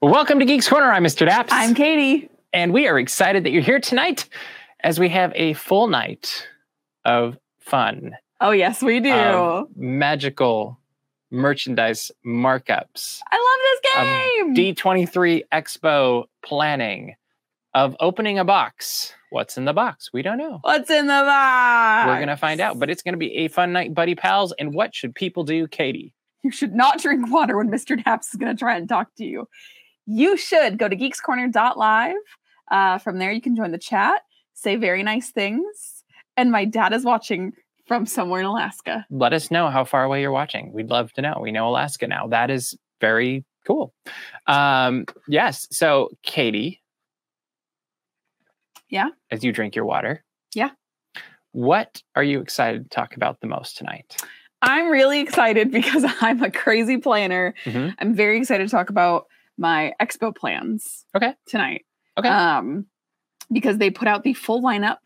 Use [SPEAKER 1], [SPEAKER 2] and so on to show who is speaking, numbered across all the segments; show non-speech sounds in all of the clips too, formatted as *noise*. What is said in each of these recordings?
[SPEAKER 1] Welcome to Geeks Corner. I'm Mr. Daps.
[SPEAKER 2] I'm Katie.
[SPEAKER 1] and we are excited that you're here tonight as we have a full night of fun,
[SPEAKER 2] Oh, yes, we do.
[SPEAKER 1] Um, magical merchandise markups, um,
[SPEAKER 2] I love this game.
[SPEAKER 1] D23 Expo planning, of opening a box. What's in the box? We don't know.
[SPEAKER 2] What's in the box?
[SPEAKER 1] We're going to find out, but it's going to be a fun night, buddy pals. And what should people do, Katie?
[SPEAKER 2] you should not drink water when Mr. Daps is going to try and talk to you. You should go to geekscorner.live. Uh, from there, you can join the chat, say very nice things. And my dad is watching from somewhere in Alaska.
[SPEAKER 1] Let us know how far away you're watching. We'd love to know. We know Alaska now. That is very cool. Um, yes. So, Katie.
[SPEAKER 2] Yeah?
[SPEAKER 1] As you drink your water.
[SPEAKER 2] Yeah.
[SPEAKER 1] What are you excited to talk about the most tonight?
[SPEAKER 2] I'm really excited *laughs* because I'm a crazy planner.
[SPEAKER 1] Mhm.
[SPEAKER 2] I'm very excited to talk about my expo plans.
[SPEAKER 1] Okay.
[SPEAKER 2] Tonight.
[SPEAKER 1] Okay.
[SPEAKER 2] Um, because they put out the full lineup.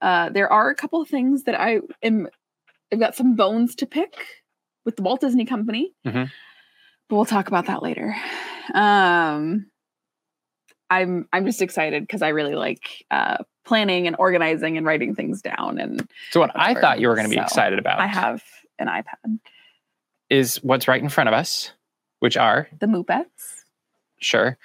[SPEAKER 2] Uh, there are a couple of things that I am. I've got some bones to pick with the Walt Disney Company,
[SPEAKER 1] Mhm.
[SPEAKER 2] but we'll talk about that later. Um, I'm I'm just excited because I really like uh, planning and organizing and writing things down, and
[SPEAKER 1] So, what I
[SPEAKER 2] Whatever.
[SPEAKER 1] thought you were going to be
[SPEAKER 2] So,
[SPEAKER 1] excited about
[SPEAKER 2] I have an iPad.
[SPEAKER 1] is what's right in front of us, which are,
[SPEAKER 2] The Moopets.
[SPEAKER 1] sure.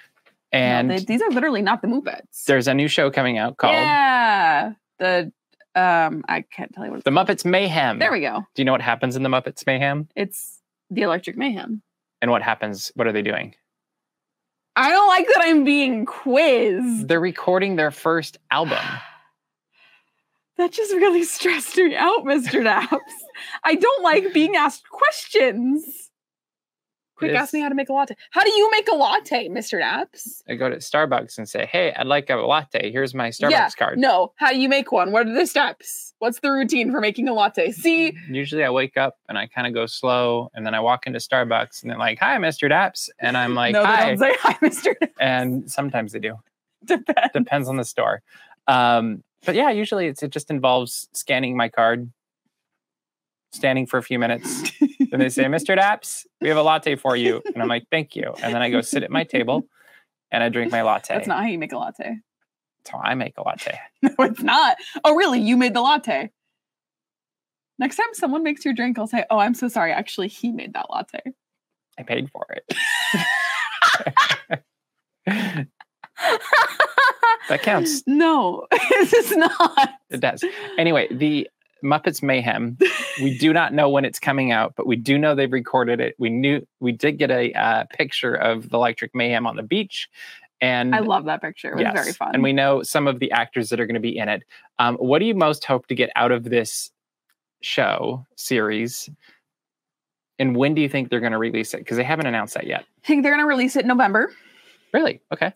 [SPEAKER 2] No,
[SPEAKER 1] And
[SPEAKER 2] they- these are literally not the Muppets.
[SPEAKER 1] there's a new show coming out called
[SPEAKER 2] yeah the um I can't tell you what it's
[SPEAKER 1] The Muppets Mayhem.
[SPEAKER 2] There we go.
[SPEAKER 1] Do you know what happens in The Muppets Mayhem?
[SPEAKER 2] It's the Electric Mayhem.
[SPEAKER 1] And what happens? What are they doing?
[SPEAKER 2] I don't like that I'm being quizzed.
[SPEAKER 1] They're recording their first album.
[SPEAKER 2] That just really *laughs* stressed me out, Mr. Daps. I don't like being asked questions. *gasps* Quick,
[SPEAKER 1] It's-
[SPEAKER 2] ask me how to make a latte. How do you make a latte, Mr. Daps?
[SPEAKER 1] I go to Starbucks and say, "Hey, I'd like a latte. Here's my Starbucks
[SPEAKER 2] Yeah,
[SPEAKER 1] card."
[SPEAKER 2] No, how do you make one? What are the steps? What's the routine for making a latte? See,
[SPEAKER 1] Usually, I wake up and I kind of go slow, and then I walk into Starbucks and they're like, "Hi, Mr. Daps," and
[SPEAKER 2] *laughs*
[SPEAKER 1] I'm like,
[SPEAKER 2] no, they
[SPEAKER 1] "Hi."
[SPEAKER 2] don't say hi, *laughs* Mr. Daps.
[SPEAKER 1] And sometimes they do.
[SPEAKER 2] *laughs* Depends.
[SPEAKER 1] Depends on the store. Um, but yeah, usually it's, it just involves scanning my card, standing for a few minutes, then they say, "Mr. Daps, we have a latte for you," and I'm like, "Thank you," and then I go sit at my table. And I drink my latte.
[SPEAKER 2] That's not how you make a latte.
[SPEAKER 1] That's how I make a latte.
[SPEAKER 2] No, it's not. Oh, really? You made the latte. Next time someone makes your drink, I'll say, Oh, I'm so sorry. Actually, he made that latte.
[SPEAKER 1] I paid for it. *laughs* that counts.
[SPEAKER 2] no, *laughs* this is not.
[SPEAKER 1] It does. Anyway, the Muppets Mayhem. We do not know when it's coming out, but we do know they've recorded it. We knew we did get a uh, picture of the Electric Mayhem on the beach, and
[SPEAKER 2] I love that picture. It was very fun.
[SPEAKER 1] Mm. And we know some of the actors that are going to be in it. Um, what do you most hope to get out of this show series? And when do you think they're going to release it? Because they haven't announced that yet.
[SPEAKER 2] think they're going to release it in November.
[SPEAKER 1] Really? Okay.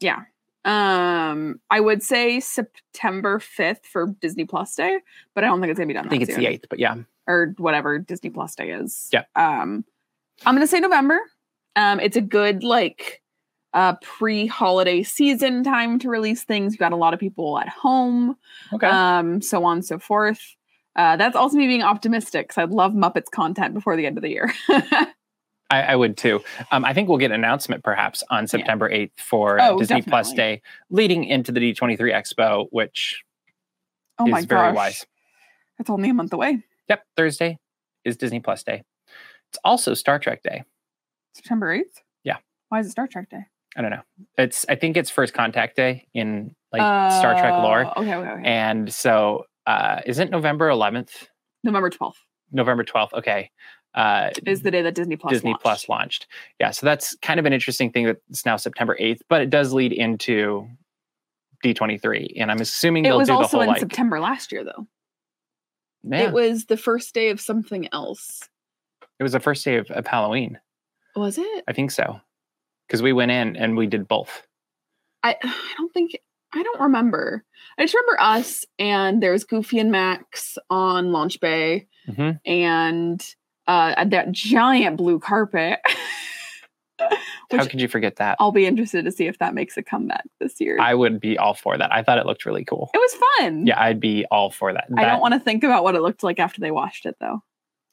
[SPEAKER 2] Um, I would say September 5th for Disney Plus Day, but I don't think it's going to be done.
[SPEAKER 1] I think
[SPEAKER 2] that
[SPEAKER 1] it's
[SPEAKER 2] soon.
[SPEAKER 1] the eighth, but yeah.
[SPEAKER 2] or whatever Disney Plus Day is.
[SPEAKER 1] Yeah.
[SPEAKER 2] Um, I'm gonna say November. Um, it's a good like uh pre-holiday season time to release things. You got a lot of people at home,
[SPEAKER 1] Okay.
[SPEAKER 2] um, so on and so forth. Uh, that's also me being optimistic because I love Muppets content before the end of the year. *laughs*
[SPEAKER 1] I, I would too. Um, I think we'll get an announcement perhaps on September 8th for uh,
[SPEAKER 2] Oh,
[SPEAKER 1] Disney Plus
[SPEAKER 2] definitely.
[SPEAKER 1] Day leading into the D23 Expo, which
[SPEAKER 2] oh my
[SPEAKER 1] is very
[SPEAKER 2] gosh,
[SPEAKER 1] wise.
[SPEAKER 2] that's only a month away.
[SPEAKER 1] Yep, Thursday is Disney Plus Day. It's also Star Trek Day.
[SPEAKER 2] September eighth.
[SPEAKER 1] Yeah.
[SPEAKER 2] Why is it Star Trek Day?
[SPEAKER 1] I don't know. It's I think it's first contact day in like Star Trek lore.
[SPEAKER 2] Oh, Okay, okay, okay.
[SPEAKER 1] And so uh isn't November 11th,
[SPEAKER 2] November twelfth
[SPEAKER 1] November 12th, okay. Uh
[SPEAKER 2] is the day that Disney Plus
[SPEAKER 1] Disney
[SPEAKER 2] launched.
[SPEAKER 1] Plus launched. Yeah, so that's kind of an interesting thing that it's now September 8th, but it does lead into D23. And I'm assuming
[SPEAKER 2] It
[SPEAKER 1] they'll
[SPEAKER 2] was
[SPEAKER 1] do the
[SPEAKER 2] also
[SPEAKER 1] whole
[SPEAKER 2] in
[SPEAKER 1] like
[SPEAKER 2] September last year, though.
[SPEAKER 1] Yeah,
[SPEAKER 2] It was the first day of something else.
[SPEAKER 1] it was the first day of, of Halloween.
[SPEAKER 2] Was it?
[SPEAKER 1] I think so. Because we went in and we did both.
[SPEAKER 2] I *sighs* I don't think I don't remember. I just remember us and there was Goofy and Max on Launch Bay
[SPEAKER 1] hmm
[SPEAKER 2] and uh that giant blue carpet. *laughs*
[SPEAKER 1] How
[SPEAKER 2] Which
[SPEAKER 1] could you forget that?
[SPEAKER 2] I'll be interested to see if that makes a comeback this year.
[SPEAKER 1] I would be all for that. I thought it looked really cool.
[SPEAKER 2] it was fun.
[SPEAKER 1] Yeah, I'd be all for that.
[SPEAKER 2] I
[SPEAKER 1] That-
[SPEAKER 2] don't want to think about what it looked like after they washed it though.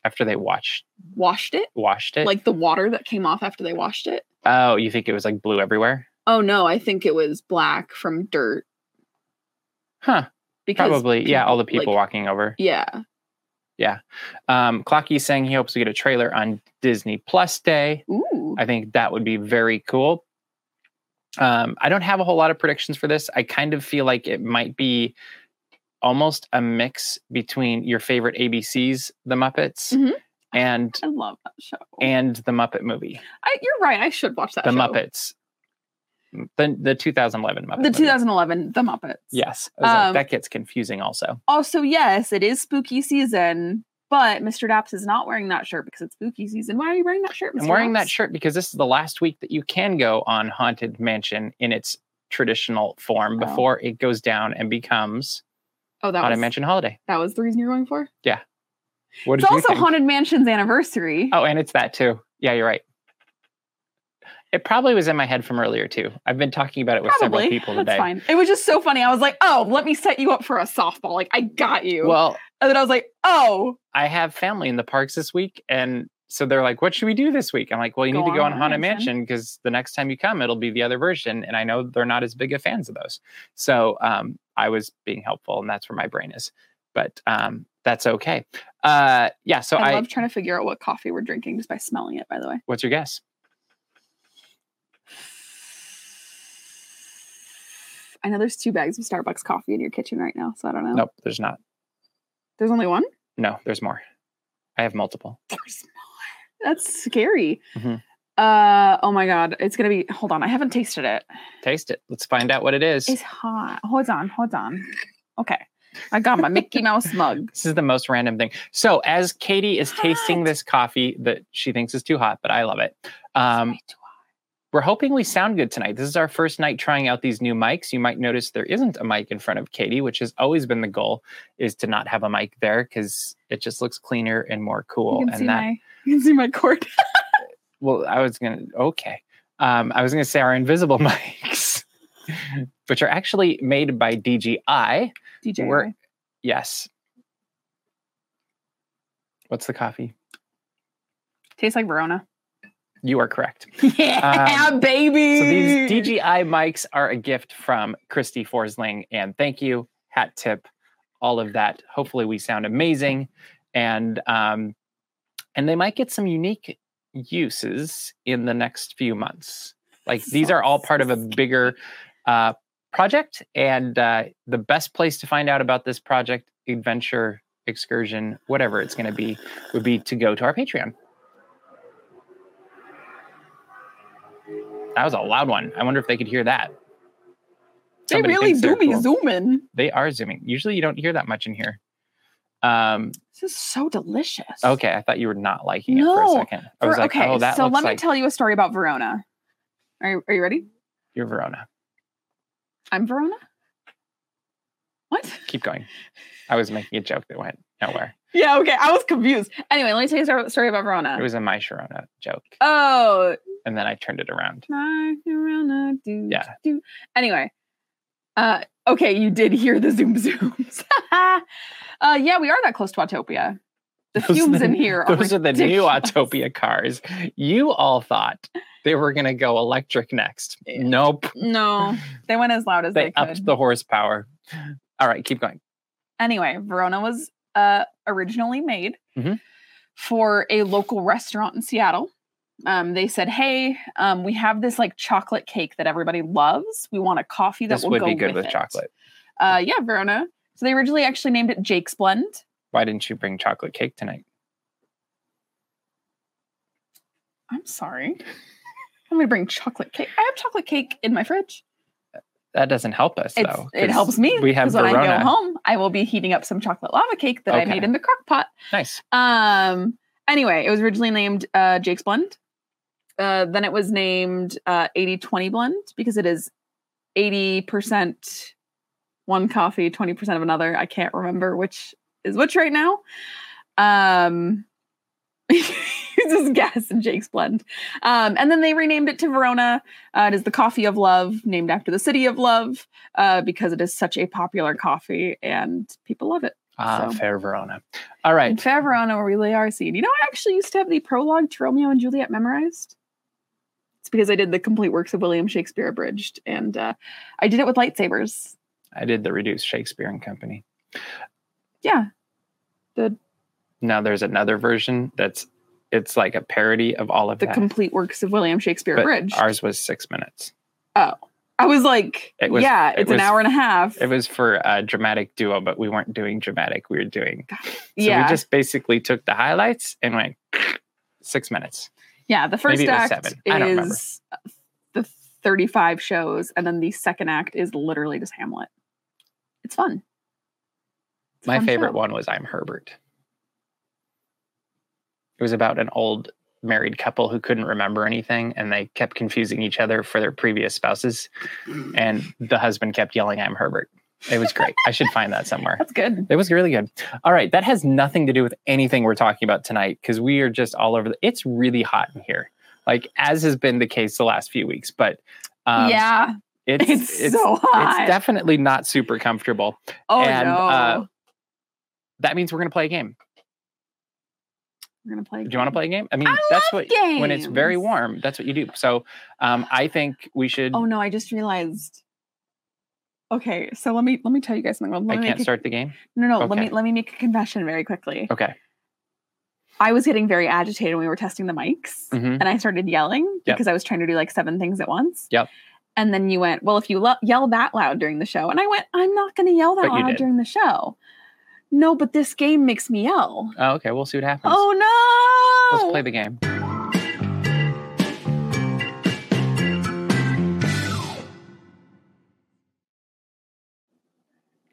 [SPEAKER 1] after they watched
[SPEAKER 2] Washed it?
[SPEAKER 1] washed it.
[SPEAKER 2] Like the water that came off after they washed it?
[SPEAKER 1] oh, you think it was like blue everywhere?
[SPEAKER 2] Oh no, I think it was black from dirt
[SPEAKER 1] Huh.
[SPEAKER 2] because
[SPEAKER 1] Probably. yeah. All the
[SPEAKER 2] people,
[SPEAKER 1] people
[SPEAKER 2] like-
[SPEAKER 1] walking over.
[SPEAKER 2] yeah.
[SPEAKER 1] Um, Clocky saying he hopes we get a trailer on Disney Plus Day.
[SPEAKER 2] Ooh.
[SPEAKER 1] I think that would be very cool. Um, I don't have a whole lot of predictions for this. I kind of feel like it might be almost a mix between your favorite ABC's The Muppets
[SPEAKER 2] Mhm.
[SPEAKER 1] and
[SPEAKER 2] I love that show.
[SPEAKER 1] and the Muppet movie.
[SPEAKER 2] I, you're right. I should watch that.
[SPEAKER 1] the
[SPEAKER 2] show.
[SPEAKER 1] Muppets. The the 2011 Muppet.
[SPEAKER 2] The
[SPEAKER 1] movie.
[SPEAKER 2] 2011 The Muppets.
[SPEAKER 1] Yes. I was like,
[SPEAKER 2] Um,
[SPEAKER 1] that gets confusing also.
[SPEAKER 2] Also, yes, it is spooky season, but Mr. Daps is not wearing that shirt because it's spooky season. Why are you wearing that shirt?
[SPEAKER 1] I'm
[SPEAKER 2] Mr.
[SPEAKER 1] wearing that
[SPEAKER 2] Daps?
[SPEAKER 1] shirt because this is the last week that you can go on Haunted Mansion in its traditional form
[SPEAKER 2] Oh.
[SPEAKER 1] before it goes down and becomes
[SPEAKER 2] Oh, that
[SPEAKER 1] Haunted
[SPEAKER 2] was
[SPEAKER 1] Mansion Holiday.
[SPEAKER 2] that was the reason you're going for.
[SPEAKER 1] What
[SPEAKER 2] It's
[SPEAKER 1] did you
[SPEAKER 2] also
[SPEAKER 1] think?
[SPEAKER 2] Haunted Mansion's anniversary.
[SPEAKER 1] Oh, and it's that too. Yeah, you're right. It probably was in my head from earlier too. I've been talking about it with
[SPEAKER 2] Probably.
[SPEAKER 1] several people
[SPEAKER 2] That's
[SPEAKER 1] today.
[SPEAKER 2] fine. It was just so funny. I was like, oh, let me set you up for a softball. Like, I got you.
[SPEAKER 1] Well,
[SPEAKER 2] and then I was like, oh,
[SPEAKER 1] I have family in the parks this week, and so they're like, "What should we do this week?" I'm like, "Well, you
[SPEAKER 2] Go
[SPEAKER 1] need to go
[SPEAKER 2] on
[SPEAKER 1] on
[SPEAKER 2] Haunted
[SPEAKER 1] Haunted
[SPEAKER 2] Mansion.
[SPEAKER 1] Mansion because the next time you come, it'll be the other version." And I know they're not as big of fans of those, so um, I was being helpful, and that's where my brain is. But um, that's okay. Uh, yeah. So
[SPEAKER 2] I,
[SPEAKER 1] I,
[SPEAKER 2] love trying to figure out what coffee we're drinking just by smelling it, by the way.
[SPEAKER 1] what's your guess?
[SPEAKER 2] I know there's two bags of Starbucks coffee in your kitchen right now, so I don't know.
[SPEAKER 1] Nope, there's not.
[SPEAKER 2] There's only one?
[SPEAKER 1] No, there's more. I have multiple.
[SPEAKER 2] There's more. That's scary.
[SPEAKER 1] Mhm.
[SPEAKER 2] Uh oh my god. It's gonna be hold on, I haven't tasted it.
[SPEAKER 1] Taste it. Let's find out what it is.
[SPEAKER 2] It's hot. Hold on, hold on. Okay. I got my Mickey Mouse *laughs* mug.
[SPEAKER 1] This is the most random thing. So as Katie is tasting
[SPEAKER 2] Hot.
[SPEAKER 1] this coffee that she thinks is too hot, but I love it. Um, we're hoping we sound good tonight. This is our first night trying out these new mics. You might notice there isn't a mic in front of Katie, which has always been the goal, is to not have a mic there because it just looks cleaner and more cool.
[SPEAKER 2] you can
[SPEAKER 1] and
[SPEAKER 2] see
[SPEAKER 1] that
[SPEAKER 2] my you can see my cord. *laughs*
[SPEAKER 1] well, I was gonna okay. Um, I was gonna say our invisible *laughs* mics, which are actually made by DJI.
[SPEAKER 2] DJ.
[SPEAKER 1] We're- Yes. What's the coffee?
[SPEAKER 2] Tastes like Verona.
[SPEAKER 1] You are correct.
[SPEAKER 2] Yeah, *laughs* baby.
[SPEAKER 1] Um, So these DJI mics are a gift from Christy Forsling, and thank you, hat tip, all of that. Hopefully, we sound amazing, and um, and they might get some unique uses in the next few months. Like these are all part of a bigger uh, project, and uh, the best place to find out about this project, adventure, excursion, whatever it's going to be, would be to go to our Patreon. That was a loud one. I wonder if they could hear that.
[SPEAKER 2] they
[SPEAKER 1] Somebody
[SPEAKER 2] really
[SPEAKER 1] thinks
[SPEAKER 2] do
[SPEAKER 1] they're
[SPEAKER 2] be
[SPEAKER 1] cool.
[SPEAKER 2] zooming.
[SPEAKER 1] They are zooming. Usually you don't hear that much in here. Um,
[SPEAKER 2] This is so delicious.
[SPEAKER 1] okay, I thought you were not liking it for
[SPEAKER 2] No,
[SPEAKER 1] a second. I was
[SPEAKER 2] For-
[SPEAKER 1] like,
[SPEAKER 2] okay,
[SPEAKER 1] oh, that
[SPEAKER 2] so
[SPEAKER 1] looks
[SPEAKER 2] let me
[SPEAKER 1] like
[SPEAKER 2] tell you a story about Verona. Are you, are you ready?
[SPEAKER 1] you're Verona.
[SPEAKER 2] I'm Verona. What?
[SPEAKER 1] Keep going. I was making a joke that went nowhere.
[SPEAKER 2] Yeah, okay. I was confused. Anyway, let me tell you a stor- story about Verona.
[SPEAKER 1] It was a my Sharona joke,
[SPEAKER 2] oh,
[SPEAKER 1] and then I turned it around.
[SPEAKER 2] my Verona. Do,
[SPEAKER 1] Yeah.
[SPEAKER 2] do. Anyway, uh, okay, you did hear the zoom zooms. *laughs* uh, yeah, we are that close to Autopia. The
[SPEAKER 1] Those are
[SPEAKER 2] fumes in
[SPEAKER 1] the-
[SPEAKER 2] here are
[SPEAKER 1] Those are the new
[SPEAKER 2] ridiculous.
[SPEAKER 1] Autopia cars. You all thought they were going to go electric next. Nope.
[SPEAKER 2] No, they went as loud as they,
[SPEAKER 1] They
[SPEAKER 2] could.
[SPEAKER 1] upped the horsepower. All right, keep going.
[SPEAKER 2] anyway, Verona was uh, originally made
[SPEAKER 1] Mhm.
[SPEAKER 2] for a local restaurant in Seattle. Um, they said, "Hey, um, we have this like chocolate cake that everybody loves. We want a coffee that
[SPEAKER 1] This
[SPEAKER 2] will
[SPEAKER 1] would
[SPEAKER 2] go
[SPEAKER 1] be good with
[SPEAKER 2] it."
[SPEAKER 1] chocolate.
[SPEAKER 2] Uh, yeah, Verona. So they originally actually named it Jake's Blend.
[SPEAKER 1] Why didn't you bring chocolate cake tonight?
[SPEAKER 2] I'm sorry. I'm gonna bring chocolate cake. I have chocolate cake in my fridge.
[SPEAKER 1] That doesn't help us
[SPEAKER 2] It's,
[SPEAKER 1] though.
[SPEAKER 2] it
[SPEAKER 1] 'cause
[SPEAKER 2] helps me
[SPEAKER 1] We have
[SPEAKER 2] because when I
[SPEAKER 1] Verona.
[SPEAKER 2] go home, I will be heating up some chocolate lava cake that I
[SPEAKER 1] Okay.
[SPEAKER 2] made in the crock pot
[SPEAKER 1] Nice.
[SPEAKER 2] Um. Anyway, it was originally named uh, Jake's Blend. Uh, then it was named uh, 80-20 Blend because it is 80% one coffee, 20% of another. I can't remember which is which right now. Um, *laughs* just gas and Jake's Blend. Um, and then they renamed it to Verona. Uh, it is the coffee of love, named after the city of love, uh, because it is such a popular coffee and people love it.
[SPEAKER 1] Ah,
[SPEAKER 2] So-
[SPEAKER 1] fair Verona. All
[SPEAKER 2] In
[SPEAKER 1] right.
[SPEAKER 2] Faverona, where we lay our scene. You know, I actually used to have the prologue to Romeo and Juliet memorized. It's because I did the complete works of William Shakespeare abridged, and uh, I did it with lightsabers.
[SPEAKER 1] I did the reduced Shakespeare and Company.
[SPEAKER 2] Yeah,
[SPEAKER 1] Now there's another version that's it's like a parody of all of
[SPEAKER 2] the
[SPEAKER 1] that.
[SPEAKER 2] complete works of William Shakespeare
[SPEAKER 1] but
[SPEAKER 2] abridged.
[SPEAKER 1] Ours was six minutes.
[SPEAKER 2] I was like,
[SPEAKER 1] It was-
[SPEAKER 2] yeah,
[SPEAKER 1] it
[SPEAKER 2] it's an
[SPEAKER 1] was-
[SPEAKER 2] hour and a half.
[SPEAKER 1] It was for a dramatic duo, but we weren't doing dramatic. We were doing so
[SPEAKER 2] yeah,
[SPEAKER 1] we just basically took the highlights and went *clears throat* six minutes.
[SPEAKER 2] yeah. The first
[SPEAKER 1] maybe it was
[SPEAKER 2] act
[SPEAKER 1] seven. I don't remember.
[SPEAKER 2] is uh, the thirty-five shows, and then the second act is literally just Hamlet. It's fun. It's a
[SPEAKER 1] My
[SPEAKER 2] fun
[SPEAKER 1] favorite
[SPEAKER 2] show.
[SPEAKER 1] one was I'm Herbert. It was about an old married couple who couldn't remember anything and they kept confusing each other for their previous spouses. And the husband kept yelling, I'm Herbert. It was great. I should find that somewhere.
[SPEAKER 2] That's good.
[SPEAKER 1] It was really good. All right. That has nothing to do with anything we're talking about tonight because we are just all over the. It's really hot in here, like as has been the case the last few weeks. But um,
[SPEAKER 2] yeah,
[SPEAKER 1] it's,
[SPEAKER 2] *laughs* it's, so hot.
[SPEAKER 1] it's definitely not super comfortable.
[SPEAKER 2] oh
[SPEAKER 1] and,
[SPEAKER 2] no,
[SPEAKER 1] uh, That means we're going to play a game.
[SPEAKER 2] we're gonna play.
[SPEAKER 1] Do you want to play a game? I mean,
[SPEAKER 2] I
[SPEAKER 1] that's what when it's very
[SPEAKER 2] games.
[SPEAKER 1] warm, that's what you do. So um, I think we should.
[SPEAKER 2] Oh no, I just realized. Okay, so let me let me tell you guys something. Let
[SPEAKER 1] I
[SPEAKER 2] me
[SPEAKER 1] can't
[SPEAKER 2] make a-
[SPEAKER 1] start the game.
[SPEAKER 2] No, no. Let
[SPEAKER 1] Okay.
[SPEAKER 2] me let me make a confession very quickly.
[SPEAKER 1] Okay.
[SPEAKER 2] I was getting very agitated when we were testing the mics,
[SPEAKER 1] Mhm.
[SPEAKER 2] and I started yelling
[SPEAKER 1] Yep.
[SPEAKER 2] because I was trying to do like seven things at once.
[SPEAKER 1] Yep.
[SPEAKER 2] And then you went, "Well, if you lo- yell that loud during the show," and I went, "I'm not going to yell that
[SPEAKER 1] But you
[SPEAKER 2] loud
[SPEAKER 1] did.
[SPEAKER 2] during the show." No, but this game makes me yell.
[SPEAKER 1] Oh, okay. We'll see what happens.
[SPEAKER 2] Oh no!
[SPEAKER 1] Let's play the game.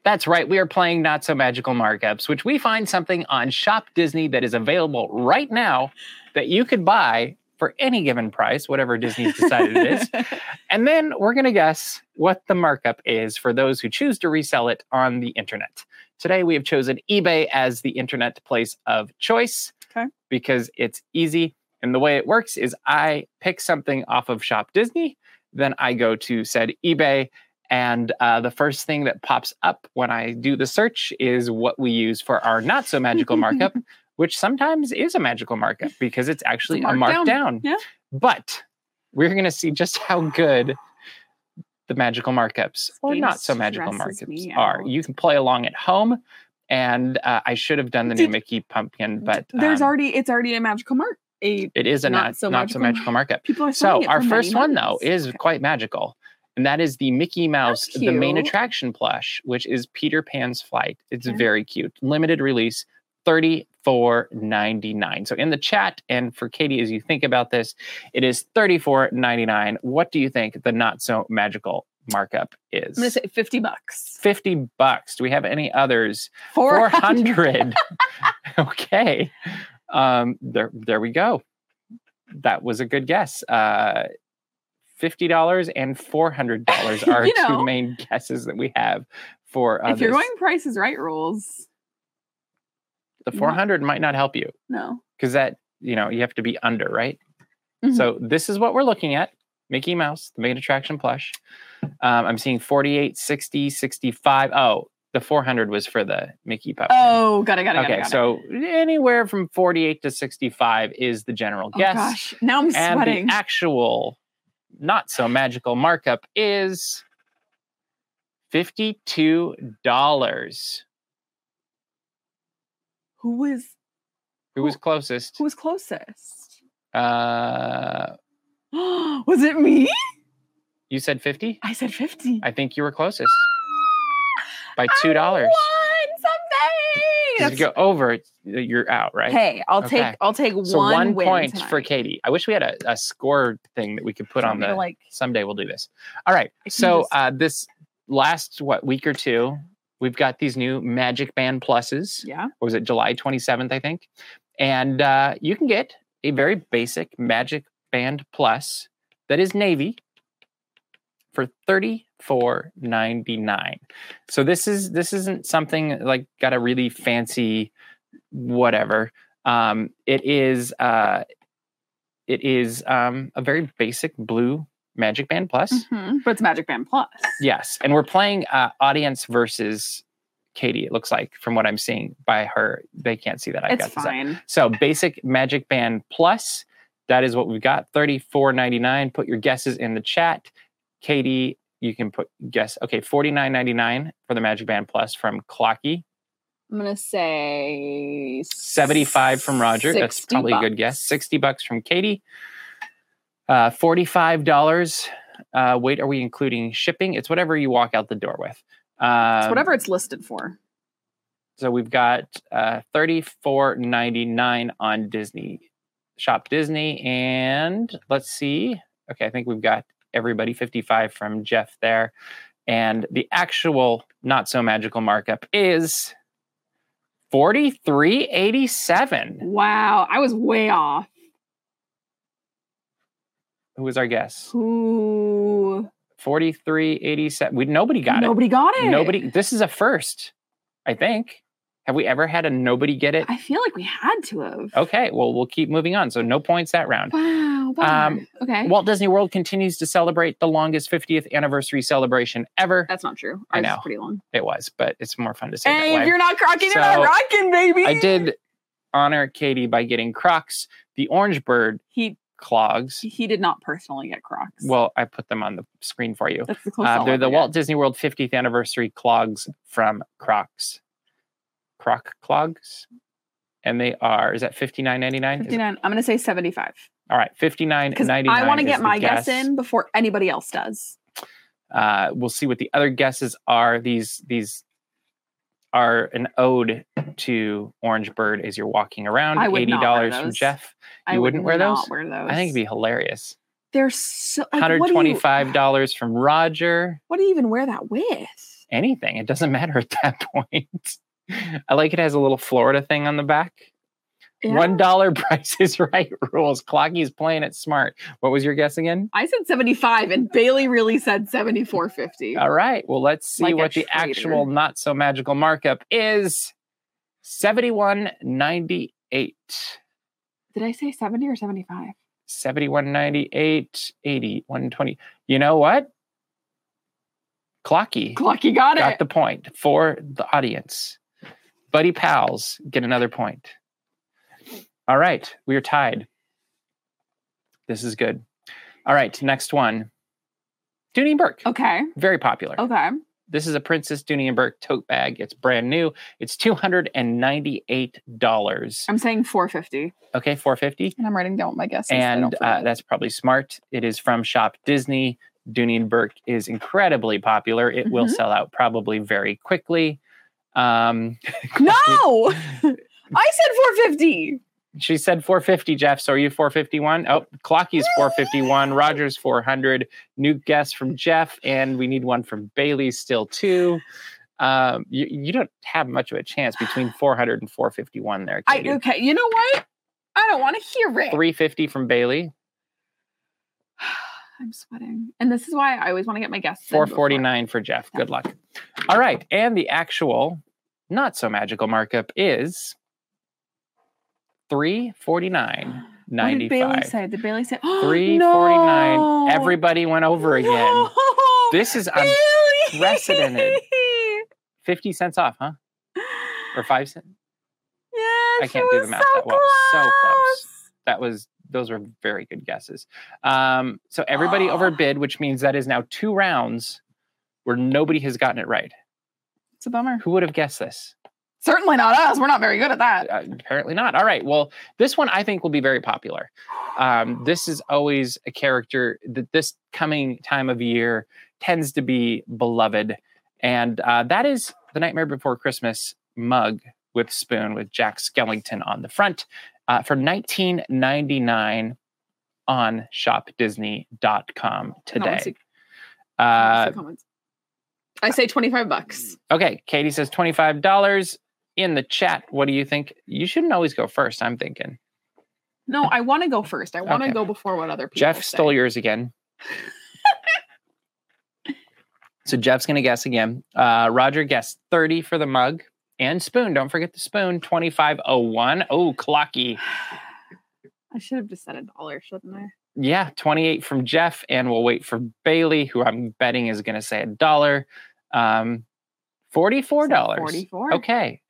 [SPEAKER 1] That's right, we are playing Not So Magical Markups, which we find something on Shop Disney that is available right now that you could buy for any given price, whatever Disney's decided it
[SPEAKER 2] *laughs*
[SPEAKER 1] is. And then we're going to guess what the markup is for those who choose to resell it on the internet. Today, we have chosen eBay as the internet place of choice
[SPEAKER 2] Okay.
[SPEAKER 1] because it's easy. And the way it works is I pick something off of Shop Disney, then I go to said eBay. And uh, the first thing that pops up when I do the search is what we use for our not so magical *laughs* markup, which sometimes is a magical markup because it's actually a
[SPEAKER 2] markdown.
[SPEAKER 1] markdown.
[SPEAKER 2] Yeah.
[SPEAKER 1] But we're going to see just how good the magical markups or
[SPEAKER 2] game
[SPEAKER 1] not so magical
[SPEAKER 2] stresses
[SPEAKER 1] markups
[SPEAKER 2] me
[SPEAKER 1] are.
[SPEAKER 2] out.
[SPEAKER 1] You can play along at home, and uh, I should have done the new
[SPEAKER 2] Did-
[SPEAKER 1] Mickey pumpkin, but
[SPEAKER 2] Mm, there's
[SPEAKER 1] um,
[SPEAKER 2] already it's already a magical mark. A
[SPEAKER 1] it is a not, so, not magical. so magical markup.
[SPEAKER 2] people are selling
[SPEAKER 1] So
[SPEAKER 2] it
[SPEAKER 1] our
[SPEAKER 2] for many
[SPEAKER 1] first one though
[SPEAKER 2] months.
[SPEAKER 1] is
[SPEAKER 2] Okay.
[SPEAKER 1] quite magical, and that is the Mickey Mouse the main
[SPEAKER 2] cute.
[SPEAKER 1] attraction plush, which is Peter Pan's flight. It's
[SPEAKER 2] Okay.
[SPEAKER 1] very cute. Limited release, thirty four ninety nine. So in the chat and for Katie, as you think about this, it is thirty four ninety nine. What do you think the not so magical markup is?
[SPEAKER 2] I'm gonna say fifty bucks.
[SPEAKER 1] 50 bucks. Do we have any others?
[SPEAKER 2] Four
[SPEAKER 1] 400. okay. Um there there we go. That was a good guess. Uh $50 and
[SPEAKER 2] *laughs*
[SPEAKER 1] $400 are
[SPEAKER 2] You know.
[SPEAKER 1] two main guesses that we have for uh,
[SPEAKER 2] *laughs* If you're
[SPEAKER 1] this.
[SPEAKER 2] going Price is Right rules,
[SPEAKER 1] the 400 might not help you
[SPEAKER 2] no.
[SPEAKER 1] cuz that, you know, you have to be under, right?
[SPEAKER 2] Mhm.
[SPEAKER 1] So this is what we're looking at. Mickey Mouse, the main attraction plush. Um, I'm seeing 48, 60, 65. Oh, the 400 was for the Mickey puppet.
[SPEAKER 2] Oh, got it, got it, got it.
[SPEAKER 1] okay,
[SPEAKER 2] got it.
[SPEAKER 1] so anywhere from 48 to 65 is the general
[SPEAKER 2] Oh,
[SPEAKER 1] guess.
[SPEAKER 2] gosh, now I'm
[SPEAKER 1] and
[SPEAKER 2] sweating.
[SPEAKER 1] the actual not so magical markup is $52.
[SPEAKER 2] who was
[SPEAKER 1] Who was closest?
[SPEAKER 2] who was closest? *gasps*
[SPEAKER 1] Uh,
[SPEAKER 2] was it me?
[SPEAKER 1] you said 50?
[SPEAKER 2] I said fifty.
[SPEAKER 1] I think you were closest by
[SPEAKER 2] I
[SPEAKER 1] $2.
[SPEAKER 2] won
[SPEAKER 1] Because
[SPEAKER 2] something.
[SPEAKER 1] if you go over, you're out, right?
[SPEAKER 2] Hey, I'll
[SPEAKER 1] Okay.
[SPEAKER 2] take I'll take
[SPEAKER 1] so
[SPEAKER 2] one,
[SPEAKER 1] one
[SPEAKER 2] win
[SPEAKER 1] point
[SPEAKER 2] tonight.
[SPEAKER 1] for Katie. I wish we had a, a score thing that we could put
[SPEAKER 2] Do you
[SPEAKER 1] on
[SPEAKER 2] want me
[SPEAKER 1] the.
[SPEAKER 2] to, like
[SPEAKER 1] someday we'll do this. All right.
[SPEAKER 2] I can
[SPEAKER 1] So
[SPEAKER 2] just-
[SPEAKER 1] uh, this last what week or two, we've got these new Magic Band pluses.
[SPEAKER 2] yeah.
[SPEAKER 1] Or was it July 27th, I think? And uh, you can get a very basic Magic Band Plus that is navy for $34.99. So this is this isn't something like got a really fancy whatever. Um, it is uh, it is um, a very basic blue Magic Band Plus.
[SPEAKER 2] Mhm. But it's Magic Band Plus.
[SPEAKER 1] Yes, and we're playing uh, audience versus Katie. It looks like from what I'm seeing by her, they can't see that I've
[SPEAKER 2] it's
[SPEAKER 1] got this. Up.
[SPEAKER 2] fine.
[SPEAKER 1] So basic Magic Band Plus That is what we've got. Thirty-four ninety-nine. Put your guesses in the chat. Katie, you can put guess. Okay, forty-nine ninety-nine for the Magic Band Plus from Clocky.
[SPEAKER 2] I'm gonna say
[SPEAKER 1] Seventy-five from Roger. That's
[SPEAKER 2] 60
[SPEAKER 1] probably a good
[SPEAKER 2] bucks.
[SPEAKER 1] guess. Sixty bucks from Katie. Uh, Forty-five dollars. Uh, wait, are we including shipping? It's whatever you walk out the door with.
[SPEAKER 2] It's
[SPEAKER 1] Um,
[SPEAKER 2] whatever it's listed for.
[SPEAKER 1] So we've got uh, thirty four ninety nine on Disney Shop Disney, and let's see. Okay, I think we've got everybody fifty five from Jeff there, and the actual not so magical markup is forty three eighty seven.
[SPEAKER 2] Wow, I was way off.
[SPEAKER 1] Who was our guess?
[SPEAKER 2] Ooh,
[SPEAKER 1] Forty three eighty seven. We nobody got it.
[SPEAKER 2] nobody got it.
[SPEAKER 1] Nobody. This is a first, I think. Have we ever had a nobody get it?
[SPEAKER 2] I feel like we had to have.
[SPEAKER 1] Okay, well we'll keep moving on. So no points that round.
[SPEAKER 2] Wow. bummer.
[SPEAKER 1] Um,
[SPEAKER 2] okay.
[SPEAKER 1] Walt Disney World continues to celebrate the longest 50th anniversary celebration ever.
[SPEAKER 2] That's not true.
[SPEAKER 1] I
[SPEAKER 2] Ours is
[SPEAKER 1] know.
[SPEAKER 2] pretty long.
[SPEAKER 1] It was, but it's more fun to say
[SPEAKER 2] Hey, if
[SPEAKER 1] that way.
[SPEAKER 2] you're not crocking, you're not
[SPEAKER 1] So,
[SPEAKER 2] rocking, baby.
[SPEAKER 1] I did honor Katie by getting Crocs. The Orange Bird
[SPEAKER 2] He
[SPEAKER 1] clogs.
[SPEAKER 2] he did not personally get crocs.
[SPEAKER 1] Well, I put them on the screen for you.
[SPEAKER 2] that's the closest.
[SPEAKER 1] Uh,
[SPEAKER 2] I'll
[SPEAKER 1] they're the
[SPEAKER 2] ever
[SPEAKER 1] Walt Disney World 50th anniversary clogs from Crocs. Croc clogs. And they are, is that
[SPEAKER 2] get.
[SPEAKER 1] 59.99? Is it-
[SPEAKER 2] 59. I'm gonna say 75
[SPEAKER 1] All right,
[SPEAKER 2] because
[SPEAKER 1] 59.99.
[SPEAKER 2] I want to
[SPEAKER 1] is
[SPEAKER 2] get
[SPEAKER 1] the
[SPEAKER 2] my guess. in before anybody else does.
[SPEAKER 1] Uh, we'll see what the other guesses are. These these are an ode to Orange Bird as you're walking around.
[SPEAKER 2] I would
[SPEAKER 1] Eighty
[SPEAKER 2] not wear
[SPEAKER 1] dollars from
[SPEAKER 2] those.
[SPEAKER 1] Jeff.
[SPEAKER 2] I
[SPEAKER 1] You
[SPEAKER 2] would
[SPEAKER 1] wouldn't wear
[SPEAKER 2] not
[SPEAKER 1] those?
[SPEAKER 2] Wear those.
[SPEAKER 1] I think it'd be hilarious.
[SPEAKER 2] they're so like,
[SPEAKER 1] Hundred
[SPEAKER 2] what do you-
[SPEAKER 1] twenty-five dollars from Roger.
[SPEAKER 2] What do you even wear that with?
[SPEAKER 1] Anything. It doesn't matter at that *laughs* point. I like it has a little Florida thing on the back.
[SPEAKER 2] Yeah.
[SPEAKER 1] One dollar *laughs* price is right rules. Clocky's playing it smart. What was your guess again?
[SPEAKER 2] I said 75 and Bailey really said 74.50.
[SPEAKER 1] All right. Well, let's see
[SPEAKER 2] Like a
[SPEAKER 1] what the actual
[SPEAKER 2] traitor.
[SPEAKER 1] not so magical markup is. Seventy-one ninety-eight.
[SPEAKER 2] Did I say 70 or *laughs* 75?
[SPEAKER 1] Seventy-one ninety-eight. Eighty. One twenty. You know what? Clocky
[SPEAKER 2] Clucky got,
[SPEAKER 1] got
[SPEAKER 2] it.
[SPEAKER 1] the point for the audience. Buddy pals get another point. All right, we are tied. This is good. All right, next one. Dooney Burke,
[SPEAKER 2] okay.
[SPEAKER 1] very popular.
[SPEAKER 2] Okay.
[SPEAKER 1] This is a Princess Dooney and Burke tote bag. It's brand new. It's two hundred and ninety-eight dollars.
[SPEAKER 2] I'm saying 450
[SPEAKER 1] Okay, four fifty,
[SPEAKER 2] and I'm writing down what my guess is. so I
[SPEAKER 1] and
[SPEAKER 2] don't
[SPEAKER 1] uh,
[SPEAKER 2] forget.
[SPEAKER 1] that's probably smart. It is from Shop Disney. Dooney and Burke is incredibly popular. It will
[SPEAKER 2] Mhm.
[SPEAKER 1] sell out probably very quickly. Um, *laughs*
[SPEAKER 2] no, I said 450.
[SPEAKER 1] she said four fifty. Jeff, so are you four fifty-one? Oh, Clocky's four fifty-one. Rogers four hundred. New guess from Jeff, and we need one from Bailey still too. Um, you, you don't have much of a chance between 400 and 451 there.
[SPEAKER 2] I
[SPEAKER 1] Katie.
[SPEAKER 2] okay. You know what? I don't want to hear it.
[SPEAKER 1] 350 from Bailey,
[SPEAKER 2] I'm sweating, and this is why I always want to get my guesses. in before-
[SPEAKER 1] 449 for Jeff. Good luck. All right. And the actual not so magical markup is 349.95.
[SPEAKER 2] What did Bailey say? *gasps* Did Bailey say
[SPEAKER 1] 349.
[SPEAKER 2] No!
[SPEAKER 1] Everybody went over again.
[SPEAKER 2] *laughs* No!
[SPEAKER 1] This is
[SPEAKER 2] *laughs*
[SPEAKER 1] um,
[SPEAKER 2] Bailey! *laughs*
[SPEAKER 1] unprecedented. 50 cents off, huh? Or 5 cents? I
[SPEAKER 2] Yes, it
[SPEAKER 1] can't do the
[SPEAKER 2] was
[SPEAKER 1] math
[SPEAKER 2] so
[SPEAKER 1] that well. So close.
[SPEAKER 2] close.
[SPEAKER 1] That was those were very good guesses. Um, so everybody
[SPEAKER 2] Ah.
[SPEAKER 1] overbid, which means that is now two rounds where nobody has gotten it right.
[SPEAKER 2] It's a bummer.
[SPEAKER 1] Who would have guessed this?
[SPEAKER 2] Certainly not us. We're not very good at that.
[SPEAKER 1] uh, apparently not. All right. Well, this one I think will be very popular. Um, this is always a character that this coming time of year tends to be beloved. And uh, that is the Nightmare Before Christmas mug with spoon with Jack Skellington on the front uh, for 1999 on shopdisney.com
[SPEAKER 2] And I wanna
[SPEAKER 1] today.
[SPEAKER 2] see- I wanna
[SPEAKER 1] Uh,
[SPEAKER 2] see comments. I say 25 bucks.
[SPEAKER 1] Okay, Katie says twenty-five dollars in the chat. What do you think? You shouldn't always go first. I'm thinking.
[SPEAKER 2] No, I want to go first. I want to
[SPEAKER 1] Okay.
[SPEAKER 2] go before what other people
[SPEAKER 1] Jeff
[SPEAKER 2] say.
[SPEAKER 1] stole yours again. *laughs* so Jeff's gonna guess again. Uh, Roger guessed thirty for the mug and spoon. Don't forget the spoon. Twenty-five oh one. Oh, clocky.
[SPEAKER 2] I should have just said a dollar, shouldn't I?
[SPEAKER 1] Yeah, twenty-eight from Jeff, and we'll wait for Bailey, who I'm betting is gonna say a dollar. Um, forty-four dollars.
[SPEAKER 2] Forty-four.
[SPEAKER 1] Okay.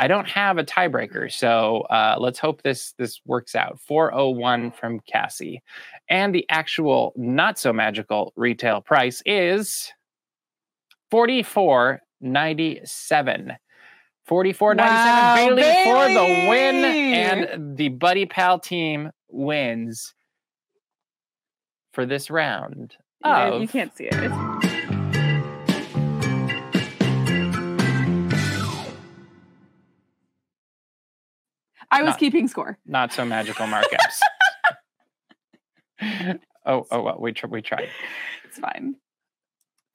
[SPEAKER 1] I don't have a tiebreaker, so uh, let's hope this this works out. 401 from Cassie. And the actual not so magical retail price is 44.97. 44.97
[SPEAKER 2] Wow,
[SPEAKER 1] Bailey, for the win
[SPEAKER 2] Bailey!
[SPEAKER 1] and the Buddy Pal team wins for this round.
[SPEAKER 2] You guys-
[SPEAKER 1] of-
[SPEAKER 2] You can't see it. It's- I was
[SPEAKER 1] Not-
[SPEAKER 2] keeping score.
[SPEAKER 1] not so
[SPEAKER 2] *laughs*
[SPEAKER 1] magical markups. oh, oh well, we tr- we tried.
[SPEAKER 2] It's fine.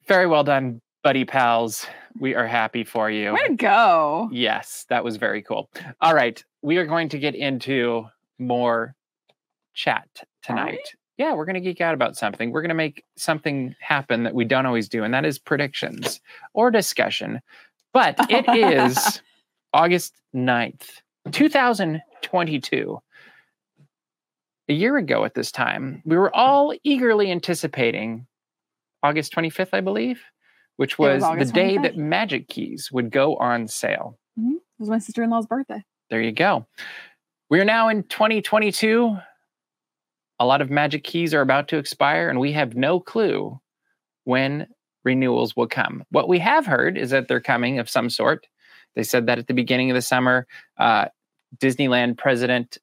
[SPEAKER 1] Very well done, buddy pals. We are happy for you.
[SPEAKER 2] Way to go.
[SPEAKER 1] Yes, that was very cool. All right, we are going to get into more chat
[SPEAKER 2] Are we?
[SPEAKER 1] tonight. Yeah, we're going to geek out about something. We're going to make something happen that we don't always do, and that is predictions or discussion. But it
[SPEAKER 2] *laughs*
[SPEAKER 1] is August 9th, 2022. A year ago at this time, we were all eagerly anticipating August 25th, I believe, which
[SPEAKER 2] It
[SPEAKER 1] was,
[SPEAKER 2] was
[SPEAKER 1] the
[SPEAKER 2] August
[SPEAKER 1] day
[SPEAKER 2] 25th.
[SPEAKER 1] that magic keys would go on sale.
[SPEAKER 2] It was my sister in law's birthday.
[SPEAKER 1] There you go. We are now in 2022. A lot of magic keys are about to expire, and we have no clue when renewals will come. What we have heard is that they're coming of some sort. They said that at the beginning of the summer. Uh, Disneyland president